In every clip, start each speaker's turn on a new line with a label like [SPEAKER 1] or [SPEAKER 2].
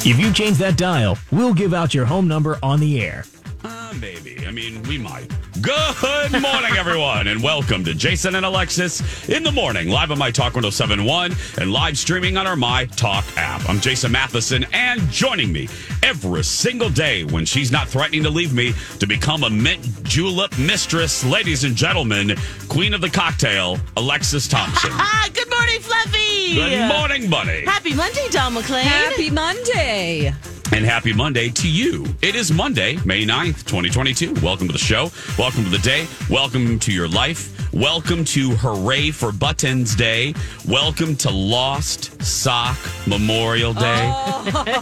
[SPEAKER 1] If you change that dial, we'll give out your home number on the air.
[SPEAKER 2] Uh, maybe. I mean, we might. Good morning, everyone, and welcome to Jason and Alexis in the morning, live on My Talk 1071 and live streaming on our My Talk app. I'm Jason Matheson, and joining me every single day when she's not threatening to leave me to become a mint julep mistress, ladies and gentlemen, queen of the cocktail, Alexis Thompson.
[SPEAKER 3] Ah, good morning, Fluffy.
[SPEAKER 2] Good morning, bunny.
[SPEAKER 3] Happy Monday, Don McLean.
[SPEAKER 4] Happy Monday.
[SPEAKER 2] And happy Monday to you. It is Monday, May 9th, 2022. Welcome to the show. Welcome to the day. Welcome to your life. Welcome to Hooray for Buttons Day. Welcome to Lost Sock Memorial Day.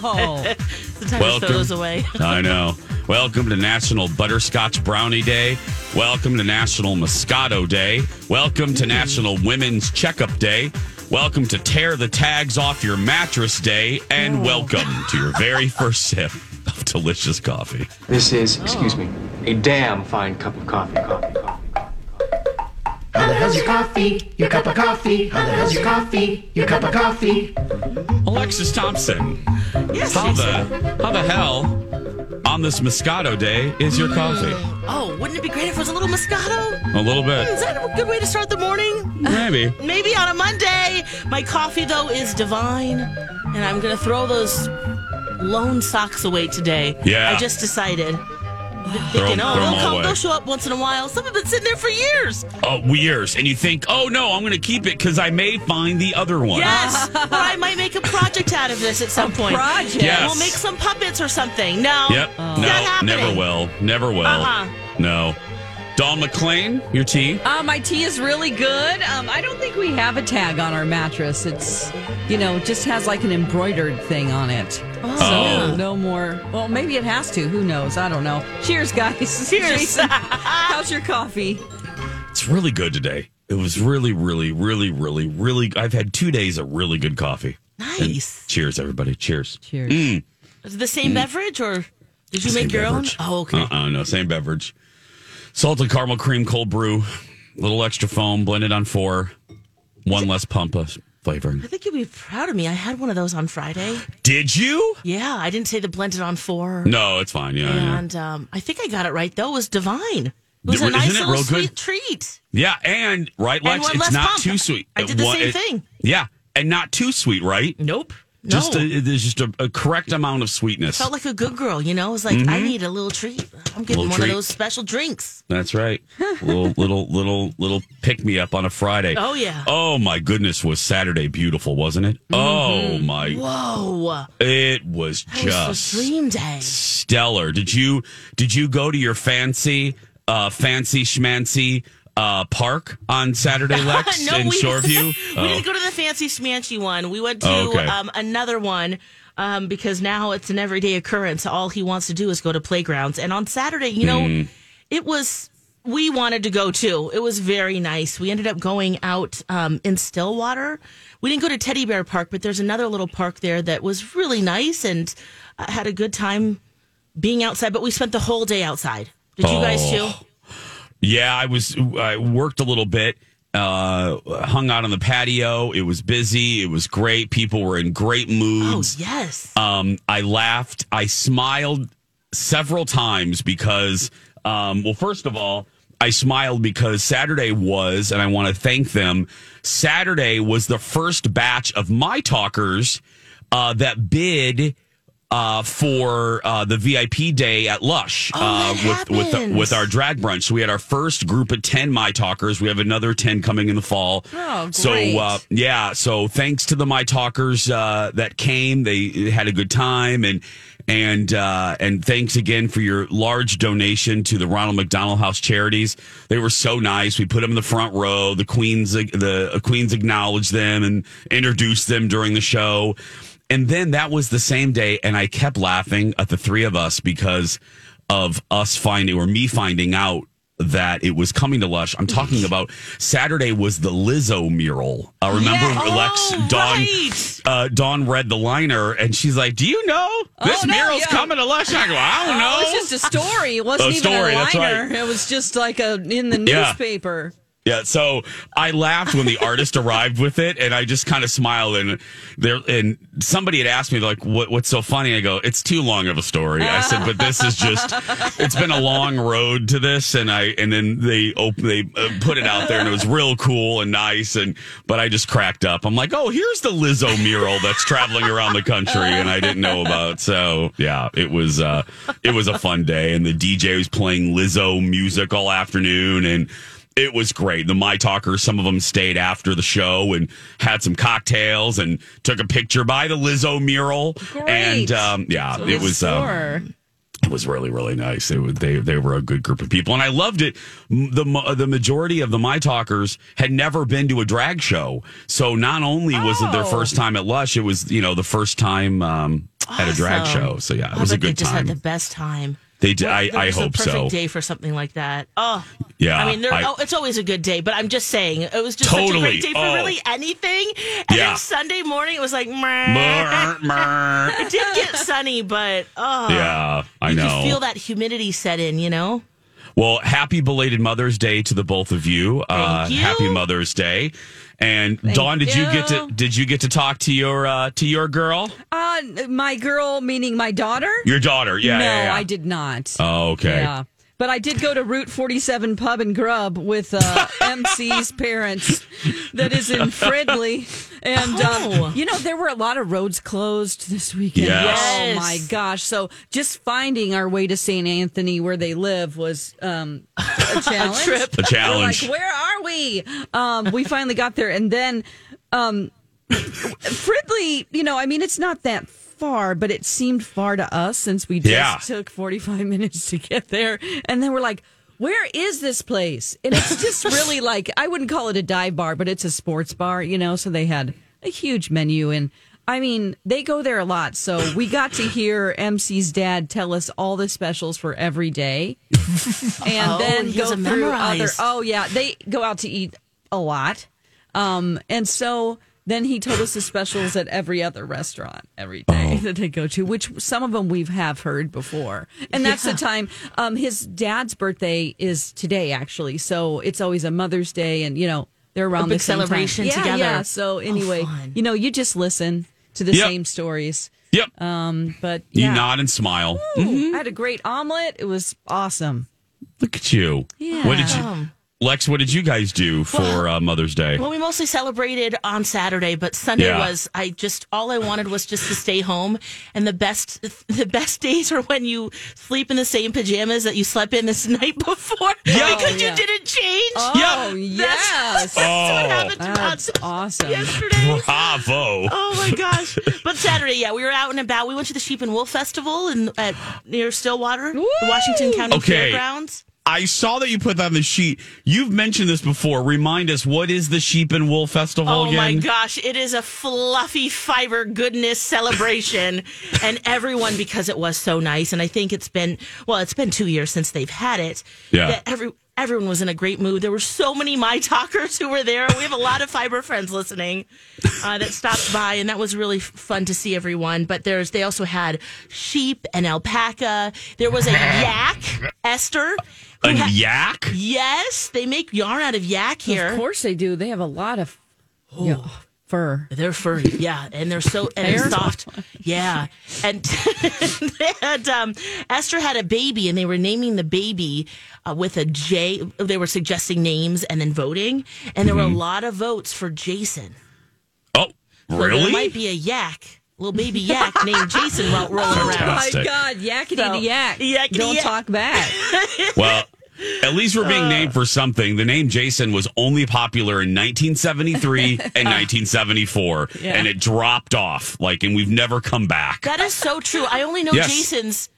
[SPEAKER 4] Oh,
[SPEAKER 3] Sometimes
[SPEAKER 2] Welcome.
[SPEAKER 3] throw those away.
[SPEAKER 2] I know. Welcome to National Butterscotch Brownie Day. Welcome to National Moscato Day. Welcome to National Women's Checkup Day. Welcome to Tear the Tags Off Your Mattress Day. And welcome to your very first sip of delicious coffee.
[SPEAKER 5] This is, excuse me, a damn fine cup of coffee. Coffee, coffee, coffee, coffee.
[SPEAKER 6] How the hell's your coffee? Your cup of coffee? How the hell's your coffee? Your cup of coffee?
[SPEAKER 2] Alexis Thompson,
[SPEAKER 3] Yes,
[SPEAKER 2] how
[SPEAKER 3] Jason.
[SPEAKER 2] the, how the hell on this Moscato Day is your coffee?
[SPEAKER 3] Oh, wouldn't it be great if it was a little Moscato?
[SPEAKER 2] A little bit.
[SPEAKER 3] Is that a good way to start the morning?
[SPEAKER 2] Maybe.
[SPEAKER 3] Maybe on a Monday. My coffee, though, is divine, and I'm going to throw those lone socks away today.
[SPEAKER 2] Yeah.
[SPEAKER 3] I just decided.
[SPEAKER 2] Throw 'em-
[SPEAKER 3] Thinking,
[SPEAKER 2] throw
[SPEAKER 3] oh,
[SPEAKER 2] 'em
[SPEAKER 3] they'll
[SPEAKER 2] all
[SPEAKER 3] come,
[SPEAKER 2] away.
[SPEAKER 3] they'll show up once in a while. Some have been sitting there for years.
[SPEAKER 2] Oh, years. And you think, oh no, I'm going to keep it because I may find the other one.
[SPEAKER 3] Yes, but I might make a project out of this at some point.
[SPEAKER 4] project.
[SPEAKER 2] Yes.
[SPEAKER 3] We'll make some puppets or something. No.
[SPEAKER 2] Yep.
[SPEAKER 3] Not
[SPEAKER 2] No,
[SPEAKER 3] happening.
[SPEAKER 2] never will. Never will.
[SPEAKER 3] Uh-uh.
[SPEAKER 2] No. Don McLean, your tea?
[SPEAKER 4] Uh, my tea is really good. Um, I don't think we have a tag on our mattress. It's, you know, it just has like an embroidered thing on it.
[SPEAKER 2] Oh.
[SPEAKER 4] So no more. Well, maybe it has to. Who knows? I don't know. Cheers, guys.
[SPEAKER 3] Cheers.
[SPEAKER 4] Jason, how's your coffee?
[SPEAKER 2] It's really good today. It was really, really, really, really, really. I've had two days of really good coffee. And
[SPEAKER 3] Nice.
[SPEAKER 2] cheers, everybody. Cheers.
[SPEAKER 4] Cheers.
[SPEAKER 3] Is it the same beverage or did you
[SPEAKER 2] Hmm. Same
[SPEAKER 3] make your
[SPEAKER 2] beverage.
[SPEAKER 3] own? Oh, okay.
[SPEAKER 2] Uh-uh, no, same beverage. Salted caramel cream cold brew, little extra foam blended on four, one less pampa flavoring.
[SPEAKER 3] I think you'll be proud of me. I had one of those on Friday.
[SPEAKER 2] Did you?
[SPEAKER 3] Yeah, I didn't say the blended on four.
[SPEAKER 2] No, it's fine. Yeah, yeah.
[SPEAKER 3] And um, I think I got it right, though. It was divine. It was
[SPEAKER 2] Isn't
[SPEAKER 3] a nice
[SPEAKER 2] it
[SPEAKER 3] little
[SPEAKER 2] real good?
[SPEAKER 3] sweet treat.
[SPEAKER 2] Yeah, and right, Lex,
[SPEAKER 3] one
[SPEAKER 2] it's
[SPEAKER 3] less
[SPEAKER 2] not
[SPEAKER 3] pump.
[SPEAKER 2] too sweet.
[SPEAKER 3] I did the
[SPEAKER 2] It wa-
[SPEAKER 3] same
[SPEAKER 2] it-
[SPEAKER 3] thing.
[SPEAKER 2] Yeah, and not too sweet, right?
[SPEAKER 3] Nope. No.
[SPEAKER 2] Just a, there's just a, a correct amount of sweetness.
[SPEAKER 3] Felt like a good girl, you know? It was like, I need a little treat. I'm
[SPEAKER 2] Mm-hmm. Little
[SPEAKER 3] getting one
[SPEAKER 2] treat.
[SPEAKER 3] of those special drinks.
[SPEAKER 2] That's right. little little little little pick me up on a Friday.
[SPEAKER 3] Oh, yeah. Mm-hmm.
[SPEAKER 2] Oh my goodness, was Saturday beautiful, wasn't it? Oh my,
[SPEAKER 3] Whoa.
[SPEAKER 2] it was
[SPEAKER 3] That was
[SPEAKER 2] just
[SPEAKER 3] the dream day.
[SPEAKER 2] stellar. Did you did you go to your fancy uh fancy schmancy uh park on Saturday, Lex, in Shoreview?
[SPEAKER 3] we didn't go to the fancy schmancy one. We went to
[SPEAKER 2] Oh, okay.
[SPEAKER 3] um, another one um, because now it's an everyday occurrence. All he wants to do is go to playgrounds. And on Saturday, you know,
[SPEAKER 2] Hmm.
[SPEAKER 3] it was we wanted to go too. It was very nice. We ended up going out um, in Stillwater. We didn't go to Teddy Bear Park, but there's another little park there that was really nice and uh, had a good time being outside. But we spent the whole day outside. Did you
[SPEAKER 2] Oh.
[SPEAKER 3] guys too?
[SPEAKER 2] Yeah, I was. I worked a little bit. Uh, hung out on the patio. It was busy. It was great. People were in great
[SPEAKER 3] Oh
[SPEAKER 2] moods.
[SPEAKER 3] yes.
[SPEAKER 2] Um, I laughed. I smiled several times because, um, well, first of all, I smiled because Saturday was, and I want to thank them. Saturday was the first batch of my talkers uh, that bid uh, for uh, the VIP day at Lush uh,
[SPEAKER 3] Oh, that
[SPEAKER 2] with with
[SPEAKER 3] happens.
[SPEAKER 2] with our drag brunch. So we had our first group of ten my talkers. We have another ten coming in the fall.
[SPEAKER 4] Oh,
[SPEAKER 2] So
[SPEAKER 4] great.
[SPEAKER 2] uh, yeah, so thanks to the my talkers uh, that came, they had a good time and. And uh, and thanks again for your large donation to the Ronald McDonald House Charities. They were so nice. We put them in the front row. The queens the uh, queens acknowledged them and introduced them during the show. And then that was the same day, and I kept laughing at the three of us because of us finding or me finding out that it was coming to Lush. I'm talking about Saturday was the Lizzo mural. Uh, remember
[SPEAKER 3] Yeah.
[SPEAKER 2] Lex
[SPEAKER 3] Oh,
[SPEAKER 2] Dawn
[SPEAKER 3] right.
[SPEAKER 2] uh, Dawn read the liner and she's like, "Do you know this
[SPEAKER 4] Oh, no,
[SPEAKER 2] mural's
[SPEAKER 4] yeah.
[SPEAKER 2] coming to Lush?" I go, "I don't know."
[SPEAKER 4] Oh, it's just a story. It wasn't
[SPEAKER 2] A story,
[SPEAKER 4] even a
[SPEAKER 2] that's
[SPEAKER 4] liner.
[SPEAKER 2] right.
[SPEAKER 4] It was just like a in the
[SPEAKER 2] Yeah.
[SPEAKER 4] newspaper.
[SPEAKER 2] Yeah, so I laughed when the artist arrived with it, and I just kind of smiled. And there, and somebody had asked me like, "What? What's so funny?" I go, "It's too long of a story." I said, "But this is just, it's been a long road to this." And I, and then they op- they uh, put it out there, and it was real cool and nice. And but I just cracked up. I'm like, "Oh, here's the Lizzo mural that's traveling around the country," and I didn't know about. So yeah, it was uh, it was a fun day, and the DJ was playing Lizzo music all afternoon, and it was great. The My Talkers, some of them stayed after the show and had some cocktails and took a picture by the Lizzo mural. And um, yeah, it was um,
[SPEAKER 4] Sure.
[SPEAKER 2] it was really really nice. They were they they were a good group of people, and I loved it. M- The mo- the majority of the My Talkers had never been to a drag show, so not only was it their
[SPEAKER 4] Oh.
[SPEAKER 2] first time at Lush, it was you know the first time um, at a drag
[SPEAKER 3] Awesome.
[SPEAKER 2] show. So yeah, it
[SPEAKER 3] I
[SPEAKER 2] was a
[SPEAKER 3] bet they
[SPEAKER 2] good
[SPEAKER 3] just
[SPEAKER 2] time.
[SPEAKER 3] had the best time.
[SPEAKER 2] they did. I,
[SPEAKER 3] It
[SPEAKER 2] I
[SPEAKER 3] was
[SPEAKER 2] hope
[SPEAKER 3] the perfect
[SPEAKER 2] so.
[SPEAKER 3] Day for something like that. Oh,
[SPEAKER 2] Yeah,
[SPEAKER 3] I mean, there,
[SPEAKER 2] I-
[SPEAKER 3] oh, it's always a good day, but I'm just saying it was just such a
[SPEAKER 2] Totally.
[SPEAKER 3] great day for
[SPEAKER 2] Oh.
[SPEAKER 3] really anything. And
[SPEAKER 2] Yeah.
[SPEAKER 3] then Sunday morning, it was like, meh.
[SPEAKER 2] Brr, brr.
[SPEAKER 3] it did get sunny, but oh,
[SPEAKER 2] Yeah, I
[SPEAKER 3] you
[SPEAKER 2] know.
[SPEAKER 3] could feel that humidity set in. You know,
[SPEAKER 2] Well, happy belated Mother's Day to the both of you. uh,
[SPEAKER 3] you.
[SPEAKER 2] Happy Mother's Day. And Dawn, did you. get to
[SPEAKER 4] you.
[SPEAKER 2] did you get to talk to your uh, to your girl,
[SPEAKER 4] Uh, my girl, meaning my daughter.
[SPEAKER 2] your daughter? Yeah,
[SPEAKER 4] no,
[SPEAKER 2] yeah, yeah.
[SPEAKER 4] I did not.
[SPEAKER 2] Oh, okay.
[SPEAKER 4] Yeah. But I did go to Route 47 Pub and Grub with uh, MC's parents that is in Fridley. And,
[SPEAKER 3] Oh.
[SPEAKER 4] um, you know, there were a lot of roads closed this weekend.
[SPEAKER 2] Yes.
[SPEAKER 3] Yes.
[SPEAKER 4] Oh, my gosh. So just finding our way to St. Anthony where they live was um, a challenge.
[SPEAKER 3] trip.
[SPEAKER 2] A challenge.
[SPEAKER 4] We're like, where are we? Um, we finally got there. And then um, Fridley, you know, I mean, it's not that far, but it seemed far to us since we just
[SPEAKER 2] Yeah.
[SPEAKER 4] took 45 minutes to get there. And then we're like, where is this place? And it's just really like, I wouldn't call it a dive bar, but it's a sports bar, you know? So they had a huge menu. And I mean, they go there a lot. So we got to hear MC's dad tell us all the specials for every day and
[SPEAKER 3] Oh,
[SPEAKER 4] then
[SPEAKER 3] he's
[SPEAKER 4] go
[SPEAKER 3] a
[SPEAKER 4] through other.
[SPEAKER 3] memorize.
[SPEAKER 4] Oh yeah, they go out to eat a lot, um, and so then he told us the specials at every other restaurant every
[SPEAKER 2] Oh.
[SPEAKER 4] day that they go to, which some of them we have heard before, and that's the time. Um, his dad's birthday is today, actually, so it's always a Mother's Day, and you know they're around
[SPEAKER 3] big
[SPEAKER 4] the same time.
[SPEAKER 3] celebration
[SPEAKER 4] Yeah,
[SPEAKER 3] together. Oh,
[SPEAKER 4] Yeah. So anyway,
[SPEAKER 3] fun.
[SPEAKER 4] you know, you just listen to the
[SPEAKER 2] Yep.
[SPEAKER 4] same stories,
[SPEAKER 2] Yep.
[SPEAKER 3] Uh,
[SPEAKER 4] but
[SPEAKER 2] you
[SPEAKER 4] yeah.
[SPEAKER 2] nod and smile. Mm-hmm.
[SPEAKER 4] I had a great omelet. It was awesome.
[SPEAKER 2] Look at you. What did you,
[SPEAKER 3] Um,
[SPEAKER 2] Lex? What did you guys do for uh, Mother's Day?
[SPEAKER 3] Well, we mostly celebrated on Saturday, but Sunday
[SPEAKER 2] Yeah.
[SPEAKER 3] was I just all I wanted was just to stay home. And the best the best days are when you sleep in the same pajamas that you slept in this night before
[SPEAKER 2] Yeah.
[SPEAKER 3] because
[SPEAKER 4] yeah.
[SPEAKER 3] you didn't change.
[SPEAKER 4] Oh
[SPEAKER 3] That's,
[SPEAKER 4] yes.
[SPEAKER 3] that's
[SPEAKER 2] Oh.
[SPEAKER 3] what happened to
[SPEAKER 4] That's
[SPEAKER 3] us
[SPEAKER 4] awesome.
[SPEAKER 3] yesterday.
[SPEAKER 2] Bravo.
[SPEAKER 3] Oh my gosh! But Saturday, yeah, we were out and about. We went to the Sheep and Wool Festival in at near Stillwater, the Washington County
[SPEAKER 2] Okay.
[SPEAKER 3] Fairgrounds.
[SPEAKER 2] I saw that you put that on the sheet. You've mentioned this before. Remind us what is the Sheep and Wool Festival
[SPEAKER 3] Oh
[SPEAKER 2] again?
[SPEAKER 3] my gosh, it is a fluffy fiber goodness celebration. and everyone, because it was so nice, and I think it's been, well, it's been two years since they've had it.
[SPEAKER 2] Yeah.
[SPEAKER 3] That every, everyone was in a great mood. There were so many My Talkers who were there. We have a lot of fiber friends listening uh, that stopped by, and that was really f- fun to see everyone. But there's, they also had sheep and alpaca. There was a yak, Esther. who
[SPEAKER 2] A
[SPEAKER 3] ha-
[SPEAKER 2] yak?
[SPEAKER 3] Yes, they make yarn out of yak here. Oh.
[SPEAKER 4] Of course they do. They have a lot of yeah, fur.
[SPEAKER 3] They're furry, yeah, and they're so and they're
[SPEAKER 4] Fair.
[SPEAKER 3] soft, yeah. And they had, um, Esther had a baby, and they were naming the baby uh, with a J. They were suggesting names and then voting,
[SPEAKER 2] Mm-hmm.
[SPEAKER 3] and there were a lot of votes for Jason.
[SPEAKER 2] Oh,
[SPEAKER 3] So there
[SPEAKER 2] really?
[SPEAKER 3] might be a yak little baby yak named Jason ro- rolling around.
[SPEAKER 4] Oh My
[SPEAKER 2] Fantastic.
[SPEAKER 4] God, yakety
[SPEAKER 3] So,
[SPEAKER 4] yak.
[SPEAKER 3] yakety
[SPEAKER 4] Don't
[SPEAKER 3] yak.
[SPEAKER 4] talk back.
[SPEAKER 2] Well, at least we're
[SPEAKER 3] Uh.
[SPEAKER 2] being named for something. The name Jason was only popular in 1973 and 1974, and it dropped off. Like, and we've never come back.
[SPEAKER 3] That is so true. I only know
[SPEAKER 2] Yes.
[SPEAKER 3] Jason's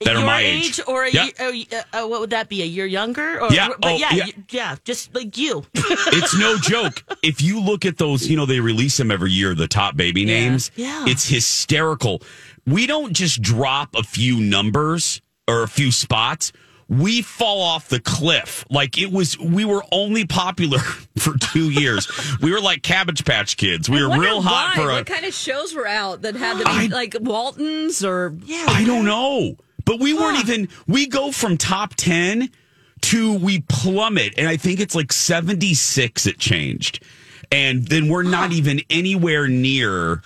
[SPEAKER 2] That are
[SPEAKER 3] your
[SPEAKER 2] my age.
[SPEAKER 3] age, or a
[SPEAKER 2] Yeah.
[SPEAKER 3] year, uh, uh, what would that be? A year younger? Or,
[SPEAKER 2] Yeah.
[SPEAKER 3] But
[SPEAKER 2] Oh,
[SPEAKER 3] yeah,
[SPEAKER 2] yeah.
[SPEAKER 3] yeah, yeah, just like you.
[SPEAKER 2] It's no joke. If you look at those, you know, they release them every year, the top baby names.
[SPEAKER 3] Yeah.
[SPEAKER 2] It's hysterical. We don't just drop a few numbers or a few spots. We fall off the cliff. Like it was, we were only popular for two years. we were like Cabbage Patch Kids. We were
[SPEAKER 4] Wonder
[SPEAKER 2] real hot
[SPEAKER 4] why.
[SPEAKER 2] for a.
[SPEAKER 4] What kind of shows were out that had to be
[SPEAKER 2] I-
[SPEAKER 4] like Waltons or
[SPEAKER 3] Yeah.
[SPEAKER 2] I don't know. But we weren't even, we go from top 10 to we plummet. And I think it's like 76 it changed. And then we're not even anywhere near,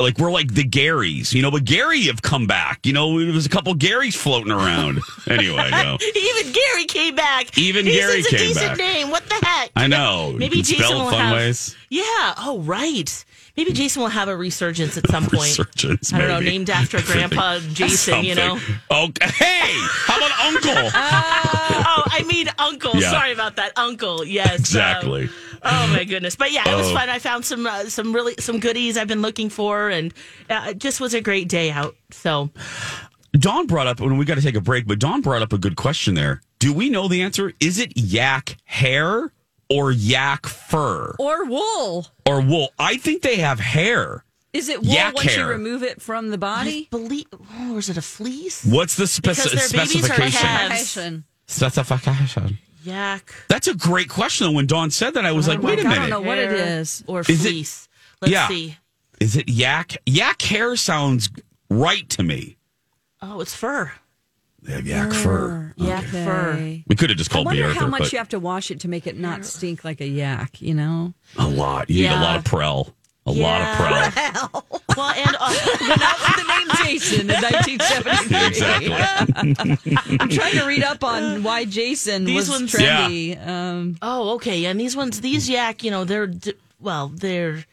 [SPEAKER 2] like, we're like the Garys, you know, but Gary have come back. You know, there was a couple Garys floating around. anyway, no.
[SPEAKER 3] Even Gary came back.
[SPEAKER 2] Even Gary
[SPEAKER 3] Jason's
[SPEAKER 2] came
[SPEAKER 3] a decent
[SPEAKER 2] back.
[SPEAKER 3] name. What the heck?
[SPEAKER 2] I know.
[SPEAKER 3] Maybe
[SPEAKER 2] You can spell
[SPEAKER 3] Jason
[SPEAKER 2] it
[SPEAKER 3] will
[SPEAKER 2] fun
[SPEAKER 3] have.
[SPEAKER 2] ways.
[SPEAKER 3] Yeah. Oh, right. Maybe Jason will have a resurgence at some point.
[SPEAKER 2] Resurgence,
[SPEAKER 3] I don't know.
[SPEAKER 2] maybe.
[SPEAKER 3] Named after Grandpa Jason. You know.
[SPEAKER 2] Something. Okay. Hey, how about Uncle?
[SPEAKER 3] Oh, I mean Uncle.
[SPEAKER 2] Yeah.
[SPEAKER 3] Sorry about that, Uncle. Yes.
[SPEAKER 2] Exactly.
[SPEAKER 3] um, oh my goodness. But yeah, it was
[SPEAKER 2] Oh.
[SPEAKER 3] fun. I found some uh, some really some goodies I've been looking for, and uh, it just was a great day out. So
[SPEAKER 2] Dawn brought up, and we got to take a break, but Dawn brought up a good question there. Do we know the answer? Is it yak hair or yak fur
[SPEAKER 4] or wool?
[SPEAKER 2] or wool? I think they have hair.
[SPEAKER 4] Is it wool
[SPEAKER 2] Yak
[SPEAKER 4] once
[SPEAKER 2] hair.
[SPEAKER 4] you remove it from the
[SPEAKER 3] I
[SPEAKER 4] body?
[SPEAKER 3] believe, or is it a fleece?
[SPEAKER 2] What's the spec-
[SPEAKER 3] Because their babies are
[SPEAKER 2] specification?
[SPEAKER 3] calves.
[SPEAKER 4] Fashion.
[SPEAKER 2] Specification.
[SPEAKER 3] Yak
[SPEAKER 2] That's a great question. When Dawn said that, I was like,
[SPEAKER 3] my
[SPEAKER 2] wait a
[SPEAKER 3] God,
[SPEAKER 4] I don't know
[SPEAKER 2] minute.
[SPEAKER 4] what it is.
[SPEAKER 3] or
[SPEAKER 2] Is it-
[SPEAKER 3] fleece? Let's
[SPEAKER 2] Yeah.
[SPEAKER 3] see.
[SPEAKER 2] Is it yak? Yak hair sounds right to me.
[SPEAKER 3] Oh, it's fur.
[SPEAKER 2] They have yak fur.
[SPEAKER 3] Yak fur.
[SPEAKER 4] Okay.
[SPEAKER 2] We could have just
[SPEAKER 4] I
[SPEAKER 2] called the
[SPEAKER 4] wonder
[SPEAKER 2] Arthur,
[SPEAKER 4] how much
[SPEAKER 2] but
[SPEAKER 4] you have to wash it to make it not stink like a yak, you know?
[SPEAKER 2] a lot. You need
[SPEAKER 3] Yeah.
[SPEAKER 2] a lot of prel. A lot of prel.
[SPEAKER 3] Well, and uh,
[SPEAKER 4] That was the name Jason in 1973.
[SPEAKER 2] exactly.
[SPEAKER 4] I'm trying to read up on why Jason
[SPEAKER 3] These
[SPEAKER 4] was
[SPEAKER 3] ones-
[SPEAKER 4] trendy. Um,
[SPEAKER 3] oh, okay. And these ones, these yak, you know, they're d- well, they're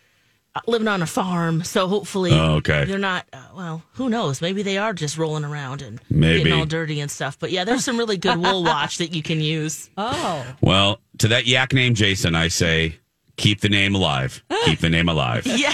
[SPEAKER 3] uh, living on a farm, so hopefully,
[SPEAKER 2] Oh, okay.
[SPEAKER 3] they're not. Uh, well, who knows? Maybe they are just rolling around and
[SPEAKER 2] Maybe.
[SPEAKER 3] getting all dirty and stuff. But yeah, there's some really good wool watch that you can use.
[SPEAKER 4] oh,
[SPEAKER 2] Well, to that yak name, Jason, I say keep the name alive. Keep the name alive.
[SPEAKER 3] Yeah.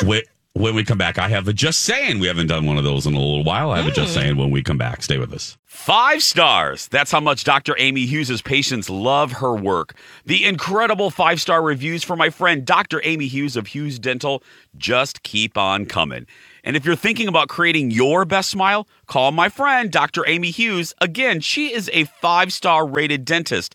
[SPEAKER 2] Wh- When we come back, I have a just saying. We haven't done one of those in a little while. I have a just saying when we come back. Stay with us. Five stars. That's how much Dr. Amy Hughes' patients love her work. The incredible five star reviews for my friend Dr. Amy Hughes of Hughes Dental just keep on coming. And if you're thinking about creating your best smile, call my friend Dr. Amy Hughes. Again, she is a five star rated dentist.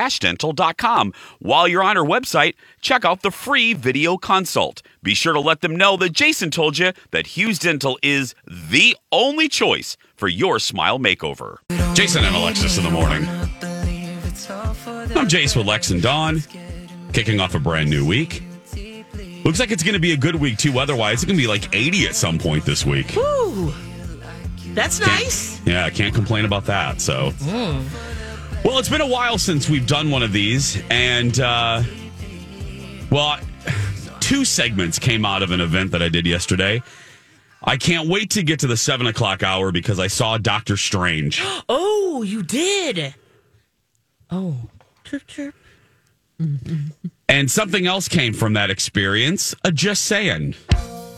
[SPEAKER 7] hughes-dental.com. While you're on her website, check out the free video consult. Be sure to let them know that Jason told you that Hughes Dental is the only choice for your smile makeover.
[SPEAKER 2] Jason and Alexis in the morning. I'm Jace with Lex and Dawn, kicking off a brand new week. Looks like it's going to be a good week too. Otherwise, it's going to be like 80 at some point this week.
[SPEAKER 3] Ooh, that's nice.
[SPEAKER 2] Yeah, I can't complain about that. So, well, it's been a while since we've done one of these, and uh, well, two segments came out of an event that I did yesterday. I can't wait to get to the seven o'clock hour because I saw Doctor Strange.
[SPEAKER 3] Oh, you did. Oh, chirp chirp.
[SPEAKER 2] And something else came from that experience. A just saying.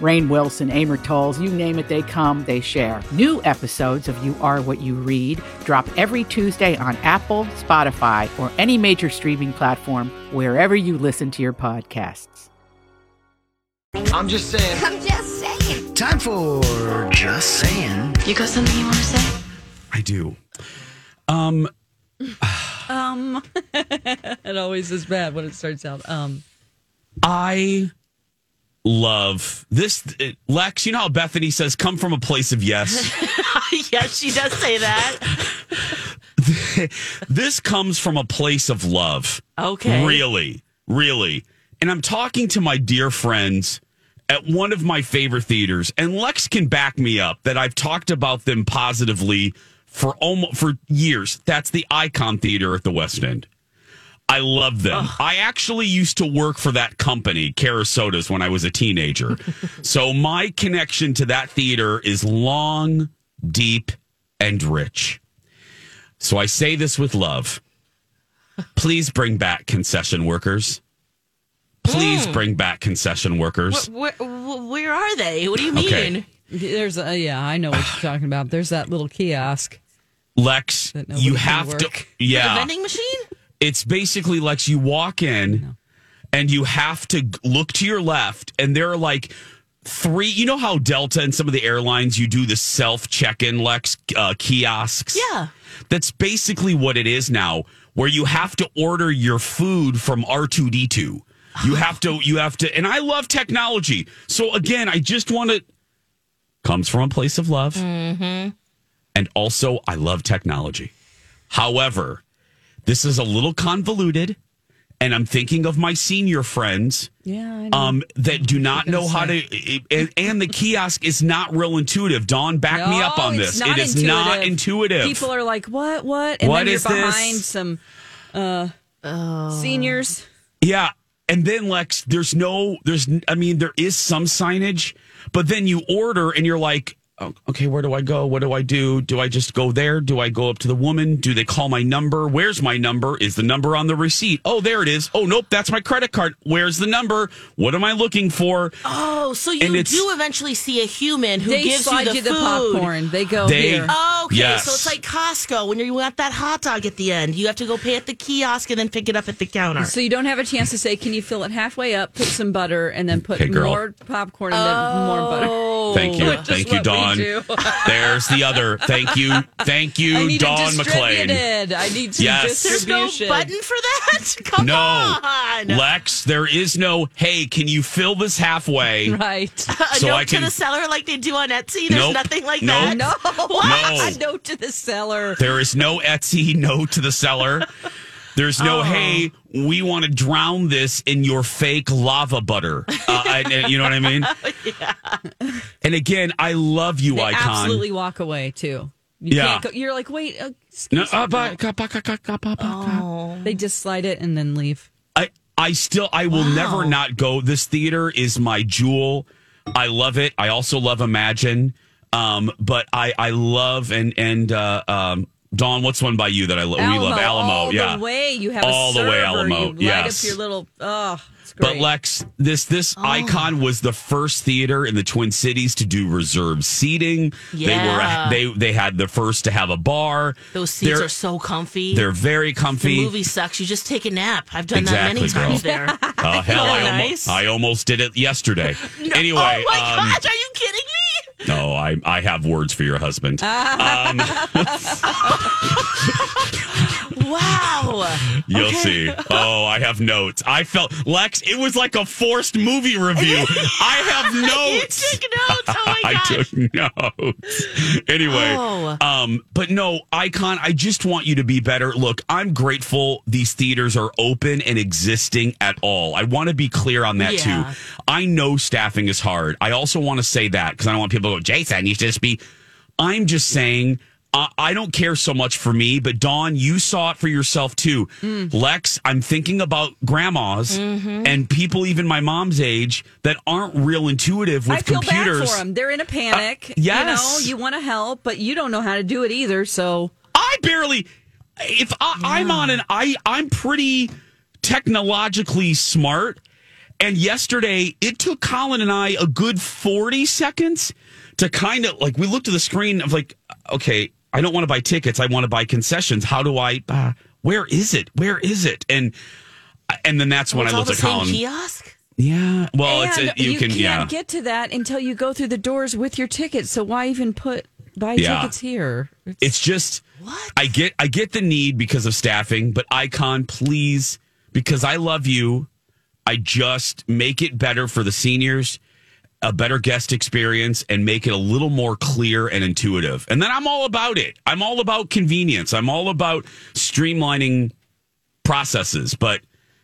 [SPEAKER 8] Rain Wilson, Amor Tolls, you name it, they come, they share. New episodes of You Are What You Read drop every Tuesday on Apple, Spotify, or any major streaming platform wherever you listen to your podcasts.
[SPEAKER 6] I'm just saying.
[SPEAKER 9] I'm just saying.
[SPEAKER 6] Time for just saying.
[SPEAKER 9] You got something you want to say?
[SPEAKER 2] I do. Um,
[SPEAKER 4] Um, it always is bad when it starts out. Um,
[SPEAKER 2] I love this. it- Lex, you know how Bethany says, come from a place of yes?
[SPEAKER 3] yes, she does say that.
[SPEAKER 2] this comes from a place of love.
[SPEAKER 3] Okay.
[SPEAKER 2] Really, really. And I'm talking to my dear friends at one of my favorite theaters, and Lex can back me up that I've talked about them positively for almost for years. That's the Icon Theater at the West End. I love them. I actually used to work for that company, Carasotas, when I was a teenager. so my connection to that theater is long, deep, and rich. So I say this with love. Please bring back concession workers. Please
[SPEAKER 4] Hmm.
[SPEAKER 2] bring back concession workers.
[SPEAKER 3] Where, where, where are they? What do you mean?
[SPEAKER 2] Okay.
[SPEAKER 4] there's a, yeah, I know what you're talking about. There's that little kiosk.
[SPEAKER 2] Lex,
[SPEAKER 4] That nobody
[SPEAKER 2] you
[SPEAKER 4] can
[SPEAKER 2] have to.
[SPEAKER 4] work.
[SPEAKER 3] The
[SPEAKER 2] Yeah.
[SPEAKER 3] vending machine?
[SPEAKER 2] It's basically Lex, you walk in and you have to g- look to your left, and there are like three. You know how Delta and some of the airlines, you do the self check in Lex uh, kiosks?
[SPEAKER 3] Yeah.
[SPEAKER 2] That's basically what it is now, where you have to order your food from R2D2. You have to, you have to, and I love technology. So again, I just want to, comes from a place of love.
[SPEAKER 4] Mm-hmm.
[SPEAKER 2] And also, I love technology. However, this is a little convoluted, and I'm thinking of my senior friends
[SPEAKER 4] Yeah, I know.
[SPEAKER 2] um, that do not know how to, eh, and, and the kiosk is not real intuitive. Dawn, back me up
[SPEAKER 4] No,
[SPEAKER 2] on
[SPEAKER 4] it's
[SPEAKER 2] this.
[SPEAKER 4] not
[SPEAKER 2] It is not intuitive.
[SPEAKER 4] People are like, what, what? And
[SPEAKER 2] What
[SPEAKER 4] then you're
[SPEAKER 2] is this?
[SPEAKER 4] behind some uh,
[SPEAKER 3] Oh.
[SPEAKER 4] seniors.
[SPEAKER 2] Yeah. And then Lex, there's no, there's, I mean, there is some signage, but then you order and you're like, oh, okay, where do I go? What do I do? Do I just go there? Do I go up to the woman? Do they call my number? Where's my number? Is the number on the receipt? Oh, there it is. Oh, nope, that's my credit card. Where's the number? What am I looking for?
[SPEAKER 3] Oh, so you
[SPEAKER 2] And it's-
[SPEAKER 3] do eventually see a human who
[SPEAKER 4] They
[SPEAKER 3] gives you
[SPEAKER 4] slide
[SPEAKER 3] the,
[SPEAKER 4] you the
[SPEAKER 3] food.
[SPEAKER 4] popcorn. They go
[SPEAKER 2] They-
[SPEAKER 4] here.
[SPEAKER 3] Oh, okay.
[SPEAKER 2] Yes.
[SPEAKER 3] So it's like Costco when you want that hot dog at the end. You have to go pay at the kiosk and then pick it up at the counter.
[SPEAKER 4] So you don't have a chance to say, "Can you fill it halfway up? Put some butter, and then put
[SPEAKER 2] Okay, girl. Oh.
[SPEAKER 4] more popcorn and then more butter."
[SPEAKER 3] Oh,
[SPEAKER 2] Thank you.
[SPEAKER 4] Which is
[SPEAKER 2] Thank you,
[SPEAKER 4] what we
[SPEAKER 2] Dawn.
[SPEAKER 4] do.
[SPEAKER 2] There's the other. Thank you. Thank
[SPEAKER 4] I
[SPEAKER 2] you,
[SPEAKER 4] need
[SPEAKER 2] Dawn
[SPEAKER 4] it
[SPEAKER 2] McClain.
[SPEAKER 4] distributed. I need some
[SPEAKER 2] Yes.
[SPEAKER 3] There's no
[SPEAKER 4] distribution.
[SPEAKER 3] button for that? Come
[SPEAKER 2] No.
[SPEAKER 3] on.
[SPEAKER 2] Lex, there is no, hey, can you fill this halfway?
[SPEAKER 4] Right.
[SPEAKER 3] a
[SPEAKER 2] So
[SPEAKER 3] note
[SPEAKER 2] I can-
[SPEAKER 3] to the seller like they do on Etsy. There's
[SPEAKER 2] Nope.
[SPEAKER 3] nothing like
[SPEAKER 2] Nope.
[SPEAKER 3] that.
[SPEAKER 4] No.
[SPEAKER 2] Oh. No.
[SPEAKER 4] A note to the seller.
[SPEAKER 2] There is no Etsy no to the seller. There's
[SPEAKER 4] Oh.
[SPEAKER 2] no, hey, we want to drown this in your fake lava butter. Uh, I, I- you know what I mean? And again, I love you,
[SPEAKER 4] They
[SPEAKER 2] Icon.
[SPEAKER 4] absolutely walk away too. You
[SPEAKER 2] Yeah.
[SPEAKER 4] Can't go, you're like, wait. Uh,
[SPEAKER 2] No,
[SPEAKER 4] excuse
[SPEAKER 2] uh,
[SPEAKER 4] me.
[SPEAKER 2] but- ka- pa- ka- ka- ka- pa- pa-
[SPEAKER 4] They just slide it and then leave.
[SPEAKER 2] I, I still, I will never not go. This theater is my jewel. I love it. I also love Imagine. Um, but I, I love and, and, uh, um, Dawn, what's one by Oh, you that I love? We love Alamo.
[SPEAKER 4] All
[SPEAKER 2] yeah.
[SPEAKER 4] Oh, the way. You have
[SPEAKER 2] All
[SPEAKER 4] a
[SPEAKER 2] the way
[SPEAKER 4] server.
[SPEAKER 2] Alamo,
[SPEAKER 4] You light
[SPEAKER 2] yes.
[SPEAKER 4] up your little. Oh, it's great.
[SPEAKER 2] But Lex, this this
[SPEAKER 3] Oh.
[SPEAKER 2] icon was the first theater in the Twin Cities to do reserved seating.
[SPEAKER 3] Yeah.
[SPEAKER 2] They were they they had the first to have a bar.
[SPEAKER 3] Those seats
[SPEAKER 2] they're,
[SPEAKER 3] are so comfy.
[SPEAKER 2] they're very comfy.
[SPEAKER 3] the movie sucks. You just take a nap. I've done
[SPEAKER 2] Exactly,
[SPEAKER 3] that many times
[SPEAKER 2] girl.
[SPEAKER 3] there.
[SPEAKER 2] Uh, hell, I, almo-
[SPEAKER 3] nice.
[SPEAKER 2] I almost did it yesterday. anyway,
[SPEAKER 3] oh my
[SPEAKER 2] um,
[SPEAKER 3] gosh, are you kidding me?
[SPEAKER 2] no, I
[SPEAKER 3] Uh,
[SPEAKER 2] I have words for your husband.
[SPEAKER 3] Wow.
[SPEAKER 2] You'll
[SPEAKER 3] Okay.
[SPEAKER 2] see. Oh, I have notes. I felt Lex. It was like a forced movie review. I have notes.
[SPEAKER 3] you took notes. Oh my
[SPEAKER 2] I
[SPEAKER 3] gosh.
[SPEAKER 2] took notes. Anyway,
[SPEAKER 3] Oh.
[SPEAKER 2] um, but no, Icon. I just want you to be better. Look, I'm grateful these theaters are open and existing at all. I want to be clear on that
[SPEAKER 10] Yeah.
[SPEAKER 2] too. I know staffing is hard. I also want to say that because I don't want people to go, Jason, you should just be. I'm just saying, I, I don't care so much for me, but Dawn, you saw it for yourself too.
[SPEAKER 4] Mm.
[SPEAKER 2] Lex, I'm thinking about grandmas
[SPEAKER 4] Mhm.
[SPEAKER 2] and people even my mom's age that aren't real intuitive with
[SPEAKER 4] I feel
[SPEAKER 2] computers.
[SPEAKER 4] bad for them. They're in a panic.
[SPEAKER 2] yes.
[SPEAKER 4] You know, you want to help, but you don't know how to do it either. So
[SPEAKER 2] I barely. If I, I'm on an I, I'm pretty technologically smart. And yesterday, it took Colin and I a good 40 seconds to kind of like we looked at the screen of like, okay, I don't want to buy tickets. I want to buy concessions. How do I? Uh, where is it? Where is it? And and then that's when
[SPEAKER 3] It's
[SPEAKER 2] I
[SPEAKER 3] all
[SPEAKER 2] looked
[SPEAKER 3] the
[SPEAKER 2] at
[SPEAKER 3] same
[SPEAKER 2] Colin.
[SPEAKER 3] kiosk.
[SPEAKER 2] Yeah. Well, Oh, it's
[SPEAKER 4] And
[SPEAKER 2] it, you, can
[SPEAKER 4] can't
[SPEAKER 2] yeah.
[SPEAKER 4] get to that until you go through the doors with your ticket. So why even put buy
[SPEAKER 2] Yeah.
[SPEAKER 4] tickets here?
[SPEAKER 2] It's just I get I get the need because of staffing, but Icon, please, because I love you, I just make it better for the seniors, a better guest experience, and make it a little more clear and intuitive. And then I'm all about it. I'm all about convenience. I'm all about streamlining processes. But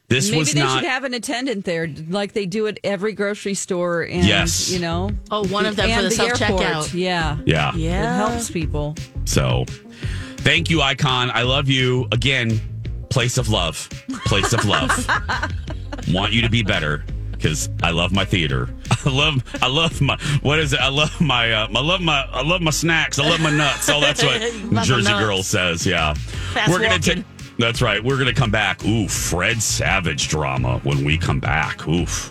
[SPEAKER 2] this
[SPEAKER 4] Maybe
[SPEAKER 2] was
[SPEAKER 4] they
[SPEAKER 2] not
[SPEAKER 4] should have an attendant there, like they do at every grocery store. And,
[SPEAKER 2] Yes.
[SPEAKER 4] you know.
[SPEAKER 3] Oh, one of them for
[SPEAKER 4] and
[SPEAKER 3] the self-checkout.
[SPEAKER 4] airport. Yeah,
[SPEAKER 2] Yeah.
[SPEAKER 3] Yeah.
[SPEAKER 4] It helps people.
[SPEAKER 2] So, thank you, Icon. I love you again. Place of love. Place of love. Want you to be better because I love my theater. I love. I love my. What is it? I love my. Uh, I love my. I love my snacks. I love my nuts. Oh, that's what
[SPEAKER 3] Love my
[SPEAKER 2] Jersey
[SPEAKER 3] nuts.
[SPEAKER 2] Girl says. Yeah.
[SPEAKER 3] Fast
[SPEAKER 2] take. That's right. We're gonna come back. Ooh, Fred Savage drama when we come back. Oof.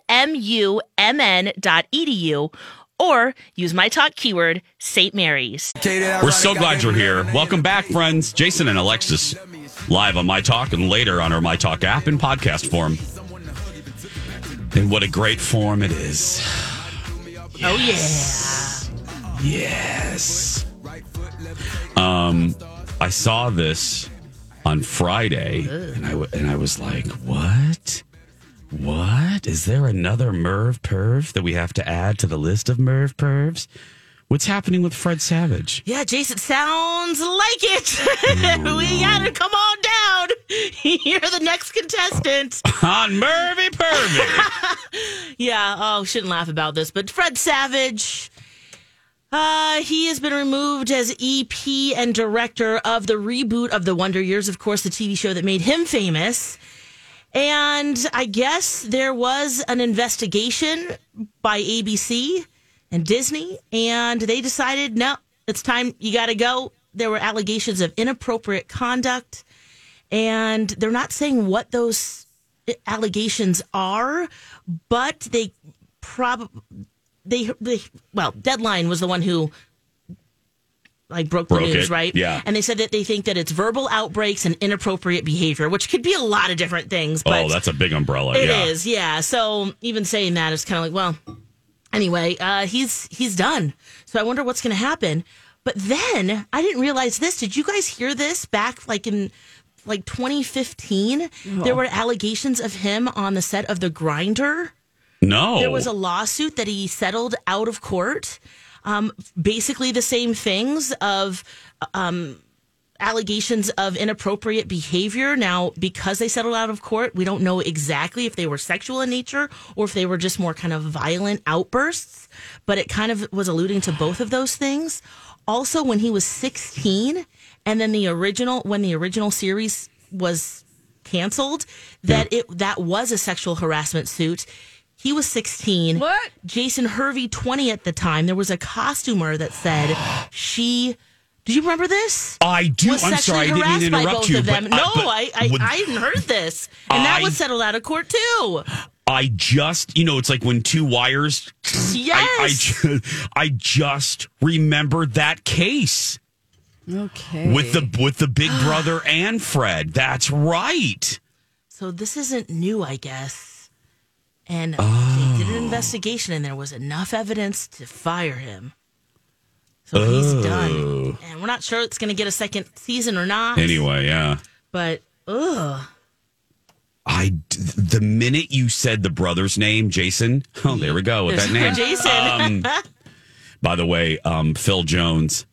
[SPEAKER 3] E or use my talk keyword, St. Mary's.
[SPEAKER 2] We're so glad you're here. Welcome back, friends. Jason and Alexis live on My Talk and later on our My Talk app in podcast form. And what a great form it is.
[SPEAKER 3] Oh, yeah.
[SPEAKER 2] Yes. Um, I saw this on Friday, and I w- and I was like, "What? What is there another Merv perv that we have to add to the list of Merv pervs? What's happening with Fred Savage?
[SPEAKER 3] Yeah, Jason, sounds like it. we gotta come on down. You're the next contestant.
[SPEAKER 2] on Mervy Pervy.
[SPEAKER 3] yeah, oh, shouldn't laugh about this, but Fred Savage. Uh, he has been removed as EP and director of the reboot of The Wonder Years, of course, the TV show that made him famous. And I guess there was an investigation by ABC and Disney, and they decided, no, it's time, you got to go. There were allegations of inappropriate conduct, and they're not saying what those eh, allegations are, but they probably, they, they, well, Deadline was the one who like broke the
[SPEAKER 2] Broke it,
[SPEAKER 3] news, right?
[SPEAKER 2] yeah.
[SPEAKER 3] And they said that they think that it's verbal outbreaks and inappropriate behavior, which could be a lot of different things. But
[SPEAKER 2] oh, that's a big umbrella.
[SPEAKER 3] it is,
[SPEAKER 2] yeah.
[SPEAKER 3] yeah. So even saying that is kind of like, well, anyway, uh, he's he's done. So I wonder what's going to happen. But then I didn't realize this. Did you guys hear this back like in like 2015? There were allegations of him on the set of The Grinder.
[SPEAKER 2] No.
[SPEAKER 3] There was a lawsuit that he settled out of court. Um, basically, the same things of um, allegations of inappropriate behavior. Now, because they settled out of court, we don't know exactly if they were sexual in nature or if they were just more kind of violent outbursts, but it kind of was alluding to both of those things. Also, when he was 16 and then the original when the original series was canceled that it that was a sexual harassment suit. He was 16. What? Jason Hervey 20 at the time. There was a costumer that said she do you remember this?
[SPEAKER 2] I do.
[SPEAKER 3] Was
[SPEAKER 2] I'm sorry, I
[SPEAKER 3] sexually
[SPEAKER 2] didn't
[SPEAKER 3] harassed by
[SPEAKER 2] interrupt
[SPEAKER 3] both
[SPEAKER 2] you,
[SPEAKER 3] Of them.
[SPEAKER 2] but
[SPEAKER 3] no,
[SPEAKER 2] I- but
[SPEAKER 3] I I,
[SPEAKER 2] would-
[SPEAKER 3] I hadn't heard this, and that
[SPEAKER 2] I-
[SPEAKER 3] was settled out of court too.
[SPEAKER 2] I just, you know, it's like when two wires. I, I,
[SPEAKER 3] Yes.
[SPEAKER 2] ju- I just remembered that case
[SPEAKER 4] Okay.
[SPEAKER 2] with the with the Big Brother and Fred. That's right.
[SPEAKER 3] So this isn't new, I guess. And they
[SPEAKER 2] Oh.
[SPEAKER 3] did an investigation, and there was enough evidence to fire him. So
[SPEAKER 2] Oh.
[SPEAKER 3] he's done, and we're not sure it's going to get a second season or not.
[SPEAKER 2] Anyway, yeah.
[SPEAKER 3] but ugh,
[SPEAKER 2] I d- the minute you said the brother's name, Jason. Oh, there we go with
[SPEAKER 3] There's
[SPEAKER 2] that name,
[SPEAKER 3] Jason.
[SPEAKER 2] Um, by the way, um, Phil Jones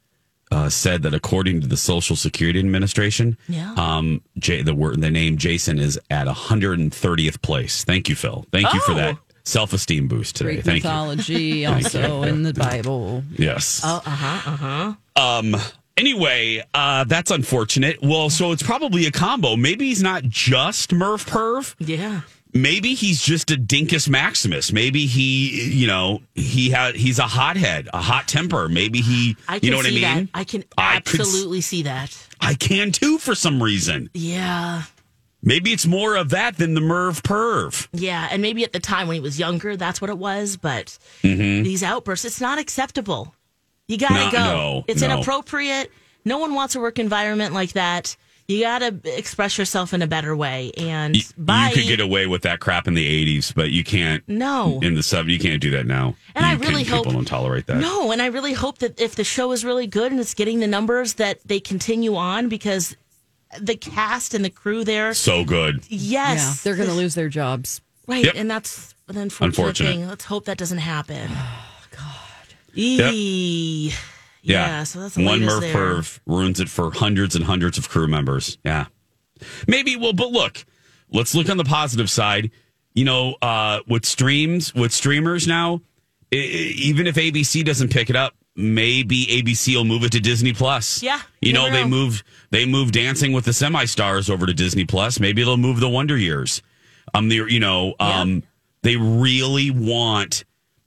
[SPEAKER 2] uh, said that according to the Social Security Administration,
[SPEAKER 3] Yeah.
[SPEAKER 2] um, J- the word the name Jason is at 130th place. Thank you, Phil. Thank you for
[SPEAKER 4] Oh.
[SPEAKER 2] that self esteem boost today.
[SPEAKER 4] Greek
[SPEAKER 2] Thank
[SPEAKER 4] mythology,
[SPEAKER 2] you. Thank
[SPEAKER 4] also
[SPEAKER 2] you.
[SPEAKER 4] in the Bible.
[SPEAKER 2] Yes.
[SPEAKER 3] Oh, uh huh, uh huh.
[SPEAKER 2] Um. Anyway, uh, that's unfortunate. Well, so it's probably a combo. Maybe he's not just Merv Perv.
[SPEAKER 3] Yeah.
[SPEAKER 2] Maybe he's just a Dinkus Maximus. Maybe he, you know, he ha- he's a hothead, a hot temper. Maybe he,
[SPEAKER 3] I can
[SPEAKER 2] you know what I
[SPEAKER 3] see
[SPEAKER 2] mean?
[SPEAKER 3] that. I can
[SPEAKER 2] I could s-
[SPEAKER 3] absolutely see that.
[SPEAKER 2] I can too for some reason.
[SPEAKER 3] Yeah,
[SPEAKER 2] Maybe it's more of that than the Merv Perv.
[SPEAKER 3] yeah, and maybe at the time when he was younger, that's what it was. But
[SPEAKER 2] Mm-hmm.
[SPEAKER 3] these outbursts—it's not acceptable. You gotta
[SPEAKER 2] No,
[SPEAKER 3] go.
[SPEAKER 2] no,
[SPEAKER 3] it's
[SPEAKER 2] no.
[SPEAKER 3] inappropriate. No one wants a work environment like that. You gotta express yourself in a better way. And bye.
[SPEAKER 2] You could get away with that crap in the 80s, but you can't.
[SPEAKER 3] No.
[SPEAKER 2] In the 70s, you can't do that now.
[SPEAKER 3] And I
[SPEAKER 2] You
[SPEAKER 3] really
[SPEAKER 2] can- people
[SPEAKER 3] hope-
[SPEAKER 2] don't tolerate that.
[SPEAKER 3] No, and I really hope that if the show is really good and it's getting the numbers, that they continue on because the cast and the crew there.
[SPEAKER 2] So good.
[SPEAKER 3] Yes,
[SPEAKER 4] they're going to lose their jobs.
[SPEAKER 3] Right,
[SPEAKER 2] Yep.
[SPEAKER 3] and that's an unfortunate,
[SPEAKER 2] Unfortunate.
[SPEAKER 3] thing. Let's hope that doesn't happen. God.
[SPEAKER 2] Yep.
[SPEAKER 3] Eee.
[SPEAKER 2] Yeah.
[SPEAKER 3] Yeah, so that's the
[SPEAKER 2] one
[SPEAKER 3] latest
[SPEAKER 2] Murph
[SPEAKER 3] there.
[SPEAKER 2] perv ruins it for hundreds and hundreds of crew members. Yeah. Maybe well, but look, let's look on the positive side. You know, uh, with streams, with streamers now, i- i- even if ABC doesn't pick it up, maybe ABC will move it to Disney Plus.
[SPEAKER 3] Yeah,
[SPEAKER 2] You
[SPEAKER 3] you
[SPEAKER 2] know,
[SPEAKER 3] never
[SPEAKER 2] they
[SPEAKER 3] know.
[SPEAKER 2] moved they moved Dancing with the Semi Stars over to Disney Plus. Maybe they'll move the Wonder Years. Um, the you know, um, they really want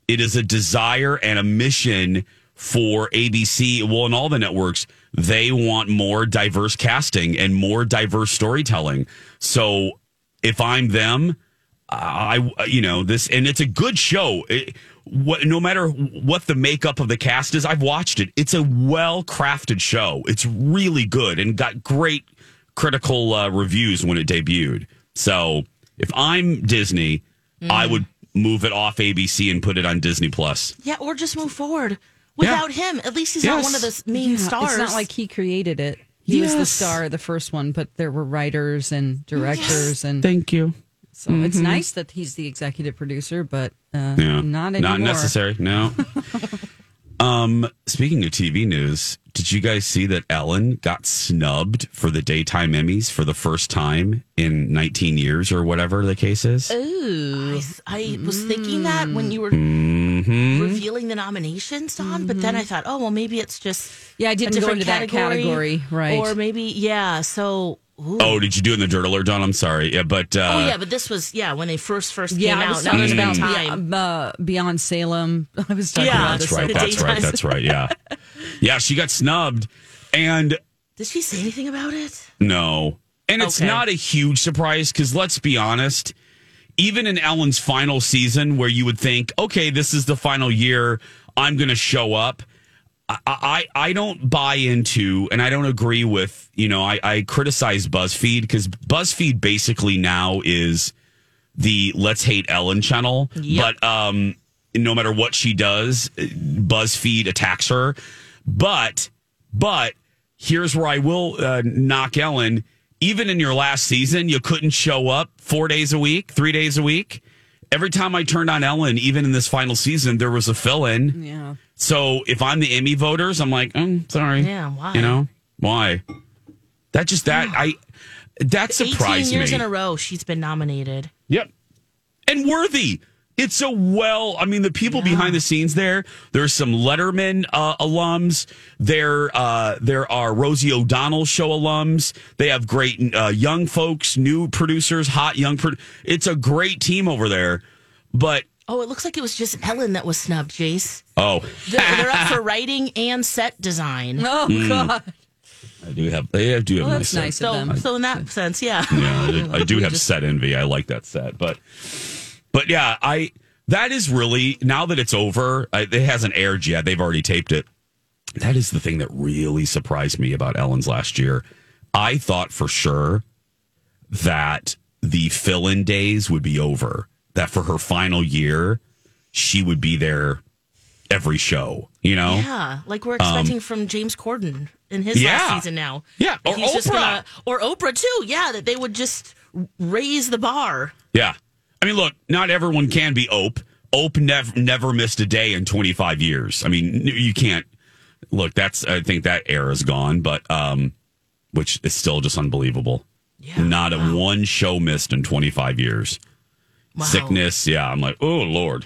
[SPEAKER 2] it is a desire and a mission for ABC, well, and all the networks. They want more diverse casting and more diverse storytelling. So if I'm them, I, I- you know, this, and it's a good show. It, what, no matter what the makeup of the cast is, I've watched it. It's a well crafted show. It's really good and got great critical uh, reviews when it debuted. So if I'm Disney, I would move it off ABC and put it on Disney Plus.
[SPEAKER 3] Yeah, or just move forward without him. At least he's not
[SPEAKER 2] Yes.
[SPEAKER 3] one of the main
[SPEAKER 4] Yeah,
[SPEAKER 3] stars.
[SPEAKER 4] It's not like he created it. He was the
[SPEAKER 3] Yes.
[SPEAKER 4] star of the first one, but there were writers and directors, and
[SPEAKER 2] Thank you.
[SPEAKER 4] so it's
[SPEAKER 3] Mm-hmm.
[SPEAKER 2] Mhm.
[SPEAKER 4] nice that he's the executive producer, but uh,
[SPEAKER 2] Yeah.
[SPEAKER 4] not anymore.
[SPEAKER 2] Not necessary. No. um, speaking of TV news, did you guys see that Ellen got snubbed for the daytime Emmys for the first time in 19 years or whatever the case is?
[SPEAKER 3] Oh. Ooh. I, s- I was thinking that when you were
[SPEAKER 2] Mm-hmm.
[SPEAKER 3] revealing the nominations, Don, but then I thought, oh, well, maybe it's just.
[SPEAKER 4] Yeah, Mm-hmm. I
[SPEAKER 3] a
[SPEAKER 4] didn't go
[SPEAKER 3] different
[SPEAKER 4] into that category, right?
[SPEAKER 3] Or maybe, yeah, so. ooh.
[SPEAKER 2] Oh, did you do it in the dirt alert, Don? I'm sorry. Yeah, but uh, mm.
[SPEAKER 3] Oh, yeah, but this was, yeah, when they first, first
[SPEAKER 4] yeah,
[SPEAKER 3] came
[SPEAKER 4] I
[SPEAKER 3] out.
[SPEAKER 4] was
[SPEAKER 3] Now
[SPEAKER 4] talking
[SPEAKER 3] there's been
[SPEAKER 4] about
[SPEAKER 3] time.
[SPEAKER 4] Be- uh, Beyond Salem. I was talking
[SPEAKER 3] Yeah.
[SPEAKER 4] about
[SPEAKER 2] that's
[SPEAKER 4] this.
[SPEAKER 2] right.
[SPEAKER 3] the
[SPEAKER 2] That's right.
[SPEAKER 3] daytime.
[SPEAKER 2] That's right. Yeah. Yeah, she got snubbed. And
[SPEAKER 3] Did she say anything about it?
[SPEAKER 2] No. And it's
[SPEAKER 3] Okay.
[SPEAKER 2] not a huge surprise because let's be honest, even in Ellen's final season, where you would think, okay, this is the final year, I'm going to show up. I, I, I don't buy into and I don't agree with, you know, I, I criticize BuzzFeed because BuzzFeed basically now is the Let's Hate Ellen channel. But um, no matter what she does, BuzzFeed attacks her. But but here's where I will uh, knock Ellen. Even in your last season, you couldn't show up four days a week, three days a week. Every time I turned on Ellen, even in this final season, there was a fill in.
[SPEAKER 4] Yeah.
[SPEAKER 2] So if I'm the Emmy voters, I'm like, oh, sorry.
[SPEAKER 3] Yeah, why?
[SPEAKER 2] You know, why? That just, that, I, that
[SPEAKER 3] 18
[SPEAKER 2] surprised
[SPEAKER 3] years
[SPEAKER 2] me.
[SPEAKER 3] in a row, she's been nominated.
[SPEAKER 2] Yep. And worthy. It's a well, I mean, the people behind the scenes there, there's some Letterman uh, alums. There, uh, there are Rosie O'Donnell show alums. They have great uh, young folks, new producers, hot young. Pro- it's a great team over there. But,
[SPEAKER 3] Oh, it looks like it was just Ellen that was snubbed, Jace.
[SPEAKER 2] oh,
[SPEAKER 3] They're, they're up for writing and set design.
[SPEAKER 4] Oh,
[SPEAKER 2] Mm. God. I do have, I do have
[SPEAKER 3] Well,
[SPEAKER 2] nice
[SPEAKER 3] that's nice
[SPEAKER 2] set.
[SPEAKER 3] of them. So in that sense, yeah.
[SPEAKER 2] Yeah, I, did- I do have set envy. I like that set, but but yeah, I that is really now that it's over. I, it hasn't aired yet. They've already taped it. That is the thing that really surprised me about Ellen's last year. I thought for sure that the fill-in days would be over. That for her final year, she would be there every show. You know,
[SPEAKER 3] Yeah, like we're
[SPEAKER 2] Um,
[SPEAKER 3] expecting from James Corden in his
[SPEAKER 2] Yeah.
[SPEAKER 3] last season now.
[SPEAKER 2] Yeah,
[SPEAKER 3] That
[SPEAKER 2] or
[SPEAKER 3] he's just
[SPEAKER 2] Oprah.
[SPEAKER 3] gonna- or Oprah too. Yeah, that they would just raise the bar.
[SPEAKER 2] Yeah. I mean, look, not everyone can be Ope. Ope never never missed a day in 25 years. I mean, n- you can't. Look, that's I think that era is gone, but um which is still just unbelievable. not a one show missed in 25 years. Sickness, yeah. I'm like, "Oh lord."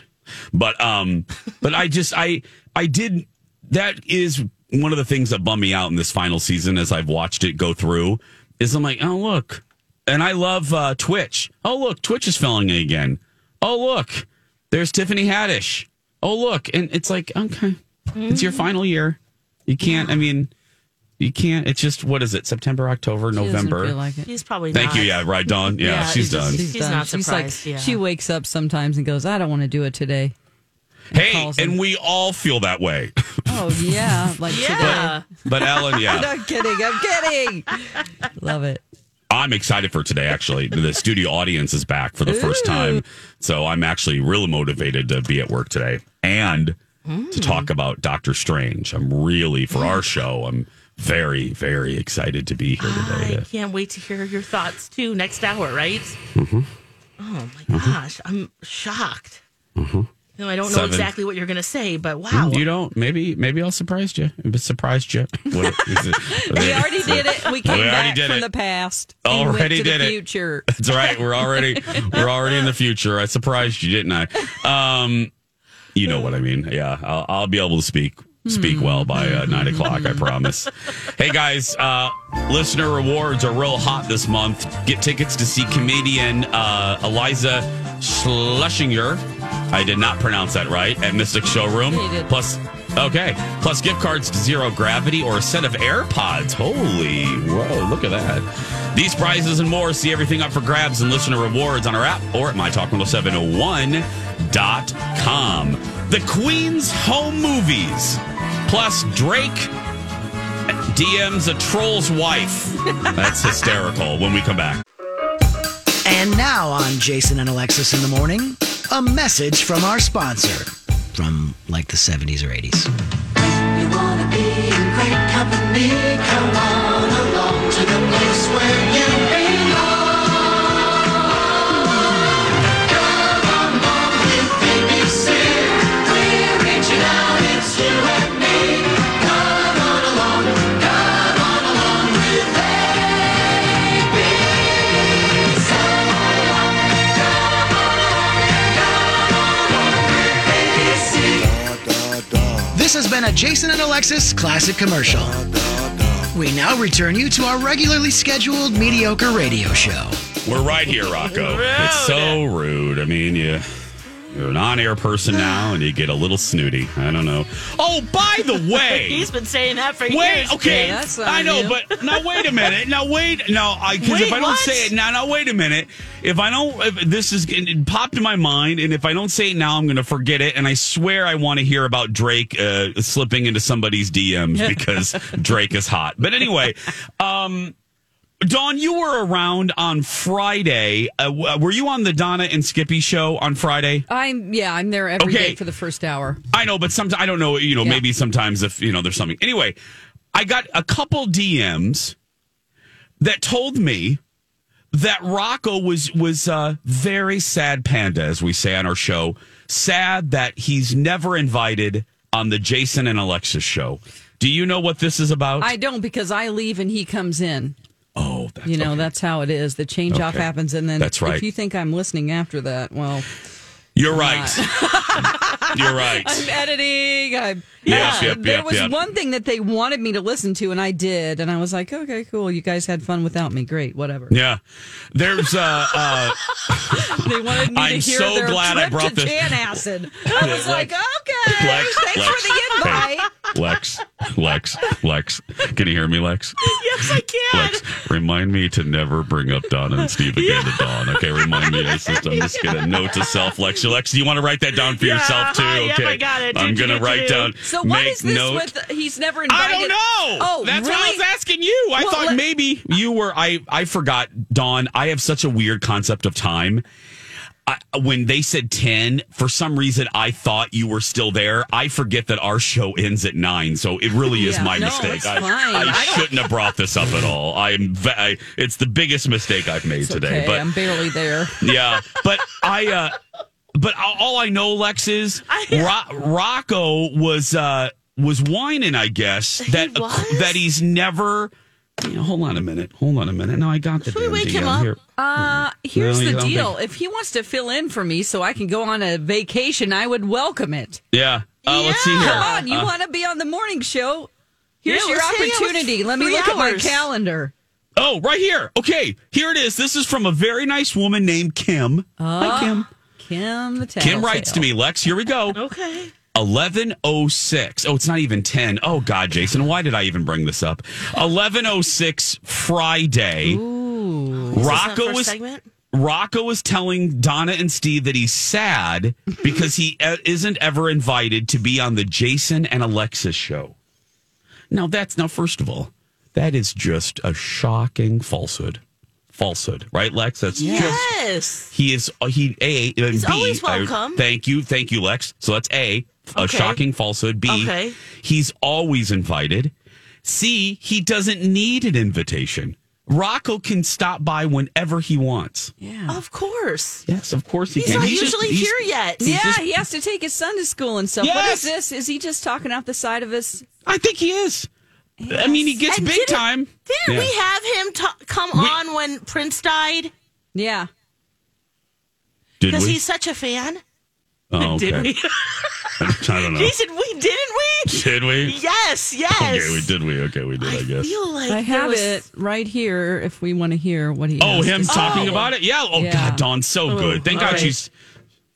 [SPEAKER 2] But um but I just I I did that is one of the things that bummed me out in this final season as I've watched it go through is I'm like, "Oh, look, and I love uh, Twitch. Oh, look, Twitch is filling it again. Oh, look, there's Tiffany Haddish. Oh, look. And it's like, okay, it's your final year. You can't, I mean, you can't. It's just, what is it, September, October, November?
[SPEAKER 3] He's probably.
[SPEAKER 2] Thank
[SPEAKER 3] not.
[SPEAKER 2] you. Yeah, right, Dawn. Yeah, she's done.
[SPEAKER 3] She's not
[SPEAKER 4] like,
[SPEAKER 3] surprised, yeah.
[SPEAKER 4] She wakes up sometimes and goes, I don't want to do it today.
[SPEAKER 2] hey, and we all feel that way.
[SPEAKER 4] Oh, yeah. Like,
[SPEAKER 3] Yeah.
[SPEAKER 2] But Ellen,
[SPEAKER 4] I'm
[SPEAKER 2] yeah,
[SPEAKER 4] not kidding. I'm kidding. Love it.
[SPEAKER 2] I'm excited for today, actually. The studio audience is back for the first time. So I'm actually really motivated to be at work today. And.
[SPEAKER 4] Hmm.
[SPEAKER 2] to talk about Doctor Strange. I'm really for our show. I'm very very excited to be here today. to-
[SPEAKER 3] Can't wait to hear your thoughts too next hour, right?
[SPEAKER 2] Mhm.
[SPEAKER 3] Oh my gosh, I'm shocked.
[SPEAKER 2] Mhm.
[SPEAKER 3] No, I don't know
[SPEAKER 2] Seven. Mm-hmm.
[SPEAKER 3] exactly what you're going to say, but wow.
[SPEAKER 2] Hmm, You don't. Maybe maybe I'll surprise you. But surprised you. What is it?
[SPEAKER 4] We already did it. We came
[SPEAKER 2] We already
[SPEAKER 4] back
[SPEAKER 2] did
[SPEAKER 4] from
[SPEAKER 2] it.
[SPEAKER 4] the past. and went
[SPEAKER 2] Already
[SPEAKER 4] to
[SPEAKER 2] did
[SPEAKER 4] the
[SPEAKER 2] it.
[SPEAKER 4] Future.
[SPEAKER 2] That's right. We're already we're already in the future. I surprised you, didn't I? Um, you know what I mean. Yeah, I'll, I'll be able to speak speak well by uh, nine o'clock. I promise. hey guys, uh, listener rewards are real hot this month. Get tickets to see comedian uh, Eliza Schlesinger. I did not pronounce that right at Mystic Showroom.
[SPEAKER 10] Yeah, you did.
[SPEAKER 2] Plus. Okay. Plus gift cards to Zero Gravity or a set of AirPods. Holy, whoa, look at that. These prizes and more. See everything up for grabs and listener rewards on our app or at mytalk1071.com. The Queen's Home Movies. Plus Drake DM's a troll's wife. That's hysterical when we come back.
[SPEAKER 11] And now on Jason and Alexis in the morning, a message from our sponsor from like the 70s or 80s.
[SPEAKER 9] You wanna be in great company. Come on along to the place where you belong. Come on, Mom, with BBC. We're reaching out, it's you and me. Come on along, come on along with ABC. Come on along, come on along with ABC.
[SPEAKER 11] This has been a Jason and Alexis classic commercial. We now return you to our regularly scheduled mediocre radio show.
[SPEAKER 2] We're right here, Rocco. It's so rude. I mean, you, you're an on air person now and you get a little snooty. I don't know. Oh, by the way.
[SPEAKER 3] He's been saying that for
[SPEAKER 2] Wait,
[SPEAKER 3] years.
[SPEAKER 2] okay. I know, but now wait a minute. Now wait. No, I because if
[SPEAKER 3] Wait,
[SPEAKER 2] I don't
[SPEAKER 3] what?
[SPEAKER 2] say it now, now wait a minute. If I don't, if this is it it popped in my mind, and if I don't say it now, I'm going to forget it. And I swear I want to hear about Drake uh, slipping into somebody's DMs because Drake is hot. But anyway, um, Dawn, you were around on Friday. Uh, w- were you on the Donna and Skippy show on Friday?
[SPEAKER 4] I'm, yeah, I'm there every day
[SPEAKER 2] Okay.
[SPEAKER 4] for the first hour.
[SPEAKER 2] I know, but sometimes I don't know. You know, maybe sometimes if you know there's something. Anyway, I got a couple DMs that told me that Rocco was was uh, very sad panda, as we say on our show. Sad that he's never invited on the Jason and Alexis show. Do you know what this is about?
[SPEAKER 4] I don't because I leave and he comes in.
[SPEAKER 2] Oh,
[SPEAKER 4] you know that's how it is. The change off
[SPEAKER 2] Okay.
[SPEAKER 4] happens, and then
[SPEAKER 2] That's right.
[SPEAKER 4] If you think I'm listening after that, well,
[SPEAKER 2] You're right. You're right.
[SPEAKER 4] I'm editing. I'm.
[SPEAKER 2] Yep, yep,
[SPEAKER 4] there
[SPEAKER 2] yep,
[SPEAKER 4] was
[SPEAKER 2] yep.
[SPEAKER 4] one thing that they wanted me to listen to, and I did, and I was like, okay, cool. You guys had fun without me. Great, whatever.
[SPEAKER 2] Yeah. There's uh, uh
[SPEAKER 4] They wanted me to
[SPEAKER 2] I'm
[SPEAKER 4] hear
[SPEAKER 2] so
[SPEAKER 4] their
[SPEAKER 2] glad I
[SPEAKER 4] trip
[SPEAKER 2] brought
[SPEAKER 4] to
[SPEAKER 2] this-
[SPEAKER 4] Janacid. I was like, okay,
[SPEAKER 2] Lex,
[SPEAKER 4] thanks
[SPEAKER 2] Lex,
[SPEAKER 4] for the invite.
[SPEAKER 2] hey, Lex, Lex, Lex. Can you hear me, Lex?
[SPEAKER 3] Yes, I can.
[SPEAKER 2] Lex, remind me to never bring up Donna and Steve again to Dawn. Okay, remind me. It's just- I'm just gonna note to self, Lex. Lex, you want to write that down for yourself too?
[SPEAKER 3] hi, yep,
[SPEAKER 2] Okay,
[SPEAKER 3] I got it.
[SPEAKER 2] am
[SPEAKER 3] Do, do,
[SPEAKER 2] gonna
[SPEAKER 3] do,
[SPEAKER 2] write
[SPEAKER 3] do.
[SPEAKER 2] down.
[SPEAKER 4] So what
[SPEAKER 2] make
[SPEAKER 4] is this
[SPEAKER 2] note.
[SPEAKER 4] with? He's never invited.
[SPEAKER 2] I don't know.
[SPEAKER 4] Oh,
[SPEAKER 2] that's
[SPEAKER 4] really?
[SPEAKER 2] what I was asking you. I
[SPEAKER 4] Well,
[SPEAKER 2] thought
[SPEAKER 4] let-
[SPEAKER 2] maybe you were. I I forgot, Dawn. I have such a weird concept of time. I, when they said ten, for some reason I thought you were still there. I forget that our show ends at nine, so it really is
[SPEAKER 4] Yeah,
[SPEAKER 2] my
[SPEAKER 4] no,
[SPEAKER 2] mistake.
[SPEAKER 4] it's
[SPEAKER 2] I,
[SPEAKER 4] fine.
[SPEAKER 2] I
[SPEAKER 4] I don't-
[SPEAKER 2] shouldn't have brought this up at all. I'm. ve- I, it's the biggest mistake I've made today.
[SPEAKER 4] Okay,
[SPEAKER 2] but
[SPEAKER 4] I'm barely there.
[SPEAKER 2] yeah, but I, uh, but all all I know, Lex, is Ro- Rocco was uh, was whining. I guess that
[SPEAKER 3] was?
[SPEAKER 2] that he's never. Yeah, hold on a minute. Hold on a minute. No, I got the damn
[SPEAKER 3] wake
[SPEAKER 2] DM
[SPEAKER 3] him up?
[SPEAKER 2] here.
[SPEAKER 4] Uh, here's
[SPEAKER 2] No, you
[SPEAKER 4] the
[SPEAKER 2] don't
[SPEAKER 4] deal. If he wants to fill in for me so I can go on a vacation, I would welcome it.
[SPEAKER 2] Yeah. Uh, Let's see here.
[SPEAKER 4] Come on, you
[SPEAKER 2] Uh,
[SPEAKER 4] want to be on the morning show? Here's
[SPEAKER 3] Yeah,
[SPEAKER 4] your
[SPEAKER 3] let's hang out with
[SPEAKER 4] opportunity. Let me
[SPEAKER 3] three
[SPEAKER 4] look at my
[SPEAKER 3] hours.
[SPEAKER 4] calendar.
[SPEAKER 2] oh, right here. Okay, here it is. This is from a very nice woman named Kim.
[SPEAKER 3] Oh.
[SPEAKER 2] Hi, Kim.
[SPEAKER 4] Kim the
[SPEAKER 2] Kim writes to me, Lex. Here we go.
[SPEAKER 3] Okay.
[SPEAKER 2] 1106. Oh, it's not even 10. Oh, God, Jason, why did I even bring this up? 1106 Friday. Rocco was
[SPEAKER 3] segment?
[SPEAKER 2] Rocco was telling Donna and Steve that he's sad because he e- isn't ever invited to be on the Jason and Alexis show. Now that's now first of all, that is just a shocking falsehood. Falsehood, right, Lex? That's just
[SPEAKER 3] Yes.
[SPEAKER 2] he is uh, he a and
[SPEAKER 3] He's
[SPEAKER 2] B,
[SPEAKER 3] always
[SPEAKER 2] I-
[SPEAKER 3] welcome.
[SPEAKER 2] thank you, thank you, Lex. So that's a a
[SPEAKER 3] Okay.
[SPEAKER 2] shocking falsehood. B
[SPEAKER 3] Okay.
[SPEAKER 2] he's always invited. C he doesn't need an invitation. Rocco can stop by whenever he wants.
[SPEAKER 3] Of course.
[SPEAKER 2] Yes, of course he
[SPEAKER 3] He's
[SPEAKER 2] can.
[SPEAKER 3] not
[SPEAKER 2] just-
[SPEAKER 3] usually
[SPEAKER 2] he's-
[SPEAKER 3] here yet.
[SPEAKER 4] Yeah, he has to take his son to school and stuff. What is this? Is he just talking out the side of his?
[SPEAKER 2] I think he is. I mean, he gets
[SPEAKER 3] And
[SPEAKER 2] big
[SPEAKER 3] didn't-
[SPEAKER 2] time.
[SPEAKER 3] Didn't
[SPEAKER 2] Yeah.
[SPEAKER 3] we have him t- come
[SPEAKER 2] We-
[SPEAKER 3] on when Prince died?
[SPEAKER 4] Yeah.
[SPEAKER 2] Did
[SPEAKER 3] Because
[SPEAKER 2] we?
[SPEAKER 3] he's such a fan.
[SPEAKER 2] oh,
[SPEAKER 3] Did
[SPEAKER 2] okay.
[SPEAKER 3] we?
[SPEAKER 2] I don't know.
[SPEAKER 3] Jason, we didn't we?
[SPEAKER 2] Did we?
[SPEAKER 3] Yes, yes.
[SPEAKER 2] Okay, we did. We okay, we did. I, guess.
[SPEAKER 3] feel like
[SPEAKER 4] I have
[SPEAKER 3] there was-
[SPEAKER 4] it right here. If we want to hear what he.
[SPEAKER 2] Oh,
[SPEAKER 4] has
[SPEAKER 2] him
[SPEAKER 4] to say.
[SPEAKER 2] talking about it? Yeah. Oh
[SPEAKER 4] Yeah.
[SPEAKER 2] God, Dawn's so
[SPEAKER 3] Oh,
[SPEAKER 2] good. Thank
[SPEAKER 3] all
[SPEAKER 2] God
[SPEAKER 3] right.
[SPEAKER 2] she's.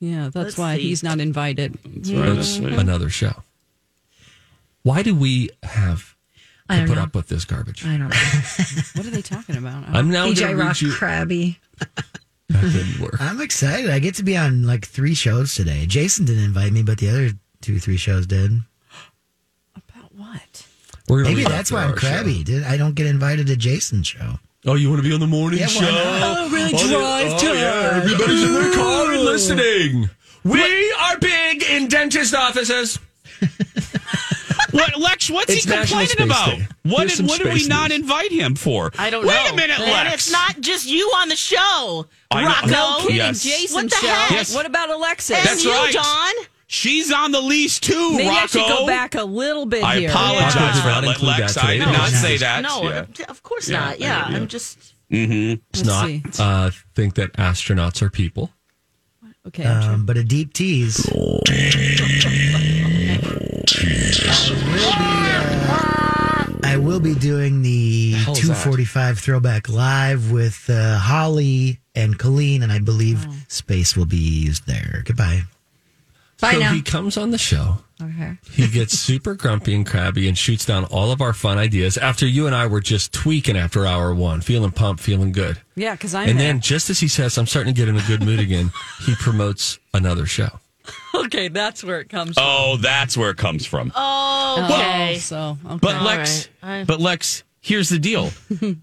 [SPEAKER 4] Yeah, that's
[SPEAKER 3] Let's
[SPEAKER 4] why
[SPEAKER 3] see.
[SPEAKER 4] he's not invited.
[SPEAKER 2] That's
[SPEAKER 10] another show. Why do we have
[SPEAKER 12] I
[SPEAKER 10] to
[SPEAKER 12] don't
[SPEAKER 10] put
[SPEAKER 12] know.
[SPEAKER 10] up with this garbage?
[SPEAKER 12] I don't know.
[SPEAKER 4] What are they talking about?
[SPEAKER 2] Uh,
[SPEAKER 10] I'm now
[SPEAKER 12] DJ
[SPEAKER 10] going to
[SPEAKER 12] Rock
[SPEAKER 10] read you.
[SPEAKER 12] Krabby.
[SPEAKER 10] That didn't work.
[SPEAKER 6] I'm excited. I get to be on like three shows today. Jason didn't invite me, but the other two, three shows did.
[SPEAKER 4] About what?
[SPEAKER 10] We're gonna
[SPEAKER 6] Maybe
[SPEAKER 10] read
[SPEAKER 6] that's
[SPEAKER 10] after
[SPEAKER 6] why I'm
[SPEAKER 10] our show.
[SPEAKER 6] crabby. Dude, I don't get invited to Jason's show.
[SPEAKER 10] Oh, you want to be on the morning
[SPEAKER 6] Yeah, why
[SPEAKER 10] show?
[SPEAKER 6] not? Oh,
[SPEAKER 4] really
[SPEAKER 10] they-
[SPEAKER 4] drive
[SPEAKER 10] oh, yeah,
[SPEAKER 4] time.
[SPEAKER 10] everybody's in their car and listening.
[SPEAKER 13] We are big in dentist offices.
[SPEAKER 2] What Lex? What's
[SPEAKER 13] It's
[SPEAKER 2] he
[SPEAKER 13] National
[SPEAKER 2] complaining
[SPEAKER 13] Space
[SPEAKER 2] about?
[SPEAKER 13] Day.
[SPEAKER 2] What
[SPEAKER 13] Here's
[SPEAKER 2] did
[SPEAKER 13] some
[SPEAKER 2] what did we
[SPEAKER 13] space
[SPEAKER 2] not
[SPEAKER 13] news.
[SPEAKER 2] invite him for?
[SPEAKER 3] I don't
[SPEAKER 2] Wait
[SPEAKER 3] know.
[SPEAKER 2] a minute,
[SPEAKER 3] and
[SPEAKER 2] Lex.
[SPEAKER 3] it's not just you on the show,
[SPEAKER 2] I know.
[SPEAKER 3] Rocco.
[SPEAKER 2] No kidding, Yes.
[SPEAKER 4] Jason
[SPEAKER 3] what the
[SPEAKER 4] show.
[SPEAKER 3] heck?
[SPEAKER 2] Yes.
[SPEAKER 4] What about Alexis?
[SPEAKER 3] And
[SPEAKER 2] That's
[SPEAKER 3] you,
[SPEAKER 2] right.
[SPEAKER 3] John.
[SPEAKER 2] She's on the lease too,
[SPEAKER 4] Maybe
[SPEAKER 2] Rocco.
[SPEAKER 4] I should go back a little bit
[SPEAKER 2] I
[SPEAKER 4] here.
[SPEAKER 2] apologize
[SPEAKER 10] Yeah.
[SPEAKER 2] for
[SPEAKER 10] Not
[SPEAKER 2] that,
[SPEAKER 10] include
[SPEAKER 2] Lex.
[SPEAKER 10] that
[SPEAKER 2] I did
[SPEAKER 10] today.
[SPEAKER 2] not
[SPEAKER 10] No.
[SPEAKER 2] say that.
[SPEAKER 3] No,
[SPEAKER 2] Yeah.
[SPEAKER 3] of course
[SPEAKER 2] Yeah,
[SPEAKER 3] not. Yeah,
[SPEAKER 2] yeah, yeah.
[SPEAKER 3] I'm just.
[SPEAKER 2] Mm-hmm.
[SPEAKER 10] Let's not uh, think that astronauts are people.
[SPEAKER 4] Okay. I'm
[SPEAKER 2] Uh,
[SPEAKER 6] Um, but a deep tease. Will be, uh, I will be doing the
[SPEAKER 10] hell is that?
[SPEAKER 6] 245 throwback live with uh, Holly and Colleen, and I believe space will be used there. Goodbye.
[SPEAKER 12] Bye
[SPEAKER 10] so
[SPEAKER 12] now.
[SPEAKER 10] he comes on the show.
[SPEAKER 12] Okay.
[SPEAKER 10] He gets super grumpy and crabby and shoots down all of our fun ideas after you and I were just tweaking after hour one, feeling pumped, feeling good.
[SPEAKER 4] Yeah, because I'm
[SPEAKER 10] and
[SPEAKER 4] there.
[SPEAKER 10] then just as he says, I'm starting to get in a good mood again, he promotes another show.
[SPEAKER 4] okay, that's where it comes. from.
[SPEAKER 2] Oh, that's where it comes from.
[SPEAKER 3] Oh, okay.
[SPEAKER 4] so okay.
[SPEAKER 2] But Lex,
[SPEAKER 3] right. I-
[SPEAKER 2] but Lex, here's the deal.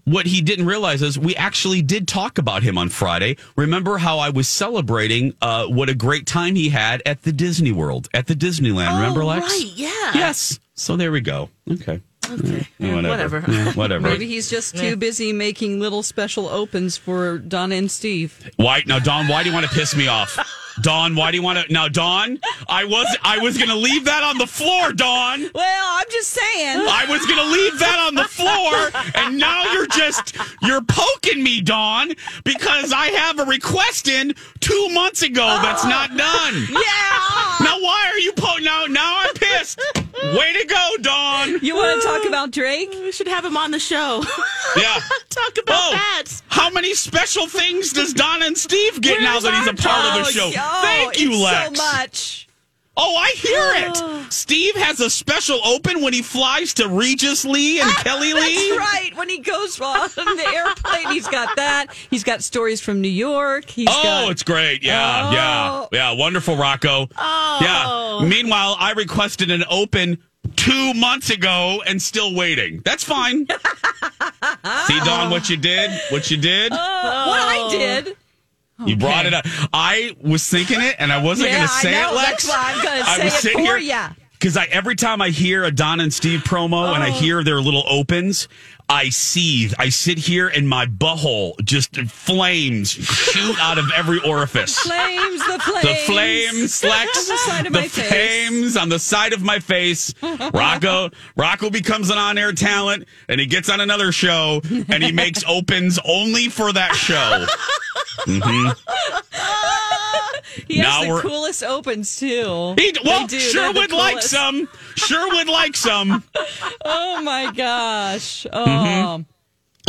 [SPEAKER 2] what he didn't realize is we actually did talk about him on Friday. Remember how I was celebrating uh, what a great time he had at the Disney World, at the Disneyland. Remember,
[SPEAKER 3] oh,
[SPEAKER 2] Lex?
[SPEAKER 3] Right. Yeah.
[SPEAKER 2] Yes. So there we go. Okay.
[SPEAKER 3] Okay.
[SPEAKER 2] Yeah,
[SPEAKER 3] whatever.
[SPEAKER 2] Yeah, whatever.
[SPEAKER 4] Maybe he's just too busy making little special opens for Donna and Steve.
[SPEAKER 2] Why now, Don? Why do you want to piss me off? Dawn, why do you want to? Now, Dawn, I was I was gonna leave that on the floor, Dawn.
[SPEAKER 4] Well, I'm just saying.
[SPEAKER 2] I was gonna leave that on the floor, and now you're just you're poking me, Dawn, because I have a request in two months ago that's not done.
[SPEAKER 4] Yeah.
[SPEAKER 2] Now why are you poking? Now now I'm pissed. Way to go, Dawn.
[SPEAKER 4] You want to talk about Drake?
[SPEAKER 3] We should have him on the show.
[SPEAKER 2] Yeah.
[SPEAKER 3] talk about
[SPEAKER 2] Oh,
[SPEAKER 3] that.
[SPEAKER 2] How many special things does Don and Steve get now
[SPEAKER 3] Where's
[SPEAKER 2] that he's
[SPEAKER 3] our
[SPEAKER 2] a part of
[SPEAKER 3] dog?
[SPEAKER 2] the show?
[SPEAKER 3] Oh,
[SPEAKER 2] Thank you,
[SPEAKER 3] it's so
[SPEAKER 2] Lex.
[SPEAKER 4] much.
[SPEAKER 2] Oh, I hear it. Steve has a special open when he flies to Regis Lee and Kelly Lee.
[SPEAKER 4] That's right. When he goes on the airplane, he's got that. He's got stories from New York. He's
[SPEAKER 2] oh,
[SPEAKER 4] got
[SPEAKER 2] it's great. Yeah,
[SPEAKER 4] Oh.
[SPEAKER 2] yeah. Yeah, wonderful, Rocco.
[SPEAKER 4] Oh.
[SPEAKER 2] Yeah. Meanwhile, I requested an open two months ago and still waiting. That's fine. See, Don, what you did? What you did?
[SPEAKER 4] Oh. what I did.
[SPEAKER 2] You brought it up. I was thinking it, and I wasn't
[SPEAKER 4] Yeah,
[SPEAKER 2] going to
[SPEAKER 4] I
[SPEAKER 2] say
[SPEAKER 4] know.
[SPEAKER 2] it, Lex.
[SPEAKER 4] That's why I'm gonna say it for ya.
[SPEAKER 2] Because I every time I hear a Don and Steve promo
[SPEAKER 4] Oh.
[SPEAKER 2] and I hear their little opens, I seethe. I sit here and my butthole just flames shoot out of every orifice.
[SPEAKER 4] Flames, the flames.
[SPEAKER 2] The flames, Lex.
[SPEAKER 4] On the side of
[SPEAKER 2] the
[SPEAKER 4] my face.
[SPEAKER 2] flames on the side of my face. Rocco, Rocco becomes an on-air talent, and he gets on another show, and he makes opens only for that show. Mhm.
[SPEAKER 4] He has
[SPEAKER 2] Now
[SPEAKER 4] the
[SPEAKER 2] we're-
[SPEAKER 4] coolest opens too.
[SPEAKER 2] He, well, uh,
[SPEAKER 4] They do.
[SPEAKER 2] sure
[SPEAKER 4] They're the
[SPEAKER 2] would like
[SPEAKER 4] coolest.
[SPEAKER 2] some. Sure would like some.
[SPEAKER 4] Oh my gosh. Oh.
[SPEAKER 2] Mhm.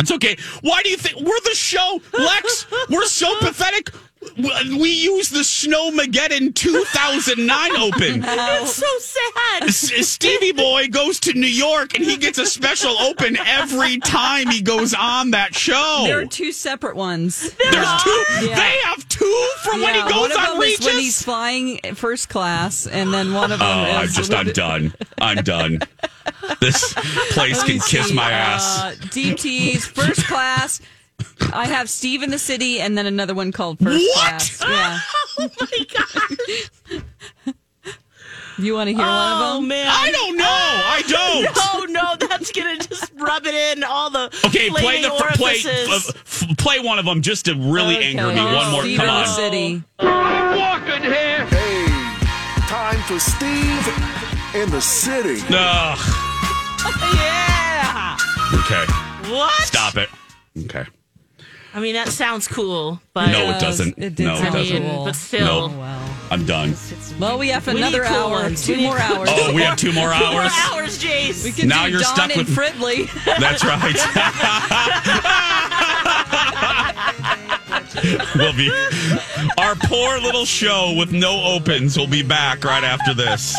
[SPEAKER 2] It's okay. Why do you think we're the show, Lex? We're so pathetic. W- We use the Snowmageddon 2009 open.
[SPEAKER 3] It's so sad.
[SPEAKER 2] S- Stevie Boy goes to New York and he gets a special open every time he goes on that show.
[SPEAKER 4] There are two separate ones.
[SPEAKER 2] There's two.
[SPEAKER 4] Yeah.
[SPEAKER 2] They have two from when he
[SPEAKER 4] Yeah, one
[SPEAKER 2] goes
[SPEAKER 4] of
[SPEAKER 2] on
[SPEAKER 4] them is
[SPEAKER 2] Regis.
[SPEAKER 4] when he's flying first class, and then one of
[SPEAKER 2] Oh,
[SPEAKER 4] them is
[SPEAKER 2] I'm just, I'm
[SPEAKER 4] when-
[SPEAKER 2] done. I'm done. This place
[SPEAKER 4] Let
[SPEAKER 2] can
[SPEAKER 4] me
[SPEAKER 2] kiss
[SPEAKER 4] see,
[SPEAKER 2] my ass.
[SPEAKER 4] Uh, DT's first class. I have Steve in the city, and then another one called First
[SPEAKER 9] What?
[SPEAKER 4] Class. Yeah.
[SPEAKER 3] oh my gosh.
[SPEAKER 4] You want to hear one of
[SPEAKER 3] Oh
[SPEAKER 4] them?
[SPEAKER 3] man. Oh,
[SPEAKER 2] I don't know. I don't.
[SPEAKER 3] No, no, that's gonna just rub it in all the
[SPEAKER 2] Okay, play
[SPEAKER 3] flaming
[SPEAKER 2] the f- play
[SPEAKER 3] orifices.
[SPEAKER 2] f- f- play one of them just to really anger me.
[SPEAKER 4] Oh,
[SPEAKER 2] One more,
[SPEAKER 4] Steve
[SPEAKER 2] come
[SPEAKER 4] in
[SPEAKER 2] on.
[SPEAKER 4] the city.
[SPEAKER 9] Walking here. Hey, time for Steve in the city.
[SPEAKER 2] Ugh.
[SPEAKER 3] yeah.
[SPEAKER 2] Okay,
[SPEAKER 3] What?
[SPEAKER 2] stop it. Okay,
[SPEAKER 3] I mean, that sounds cool, but
[SPEAKER 2] no, it doesn't. no, it
[SPEAKER 3] I mean,
[SPEAKER 2] doesn't.
[SPEAKER 3] but still.
[SPEAKER 2] Nope. I'm done.
[SPEAKER 4] Well, we have
[SPEAKER 3] We need
[SPEAKER 4] another
[SPEAKER 3] cool
[SPEAKER 4] hour,
[SPEAKER 3] ones.
[SPEAKER 4] two
[SPEAKER 3] We need
[SPEAKER 4] more
[SPEAKER 3] cool
[SPEAKER 4] hours.
[SPEAKER 3] ones.
[SPEAKER 2] Oh, we have two more
[SPEAKER 3] Four
[SPEAKER 2] hours.
[SPEAKER 3] hours, Jace.
[SPEAKER 4] We can
[SPEAKER 2] Now
[SPEAKER 4] do
[SPEAKER 2] you're
[SPEAKER 4] Dawn
[SPEAKER 2] stuck
[SPEAKER 4] and
[SPEAKER 2] with-
[SPEAKER 4] Fridley.
[SPEAKER 2] That's right. we'll be our poor little show with no opens. will be back right after this.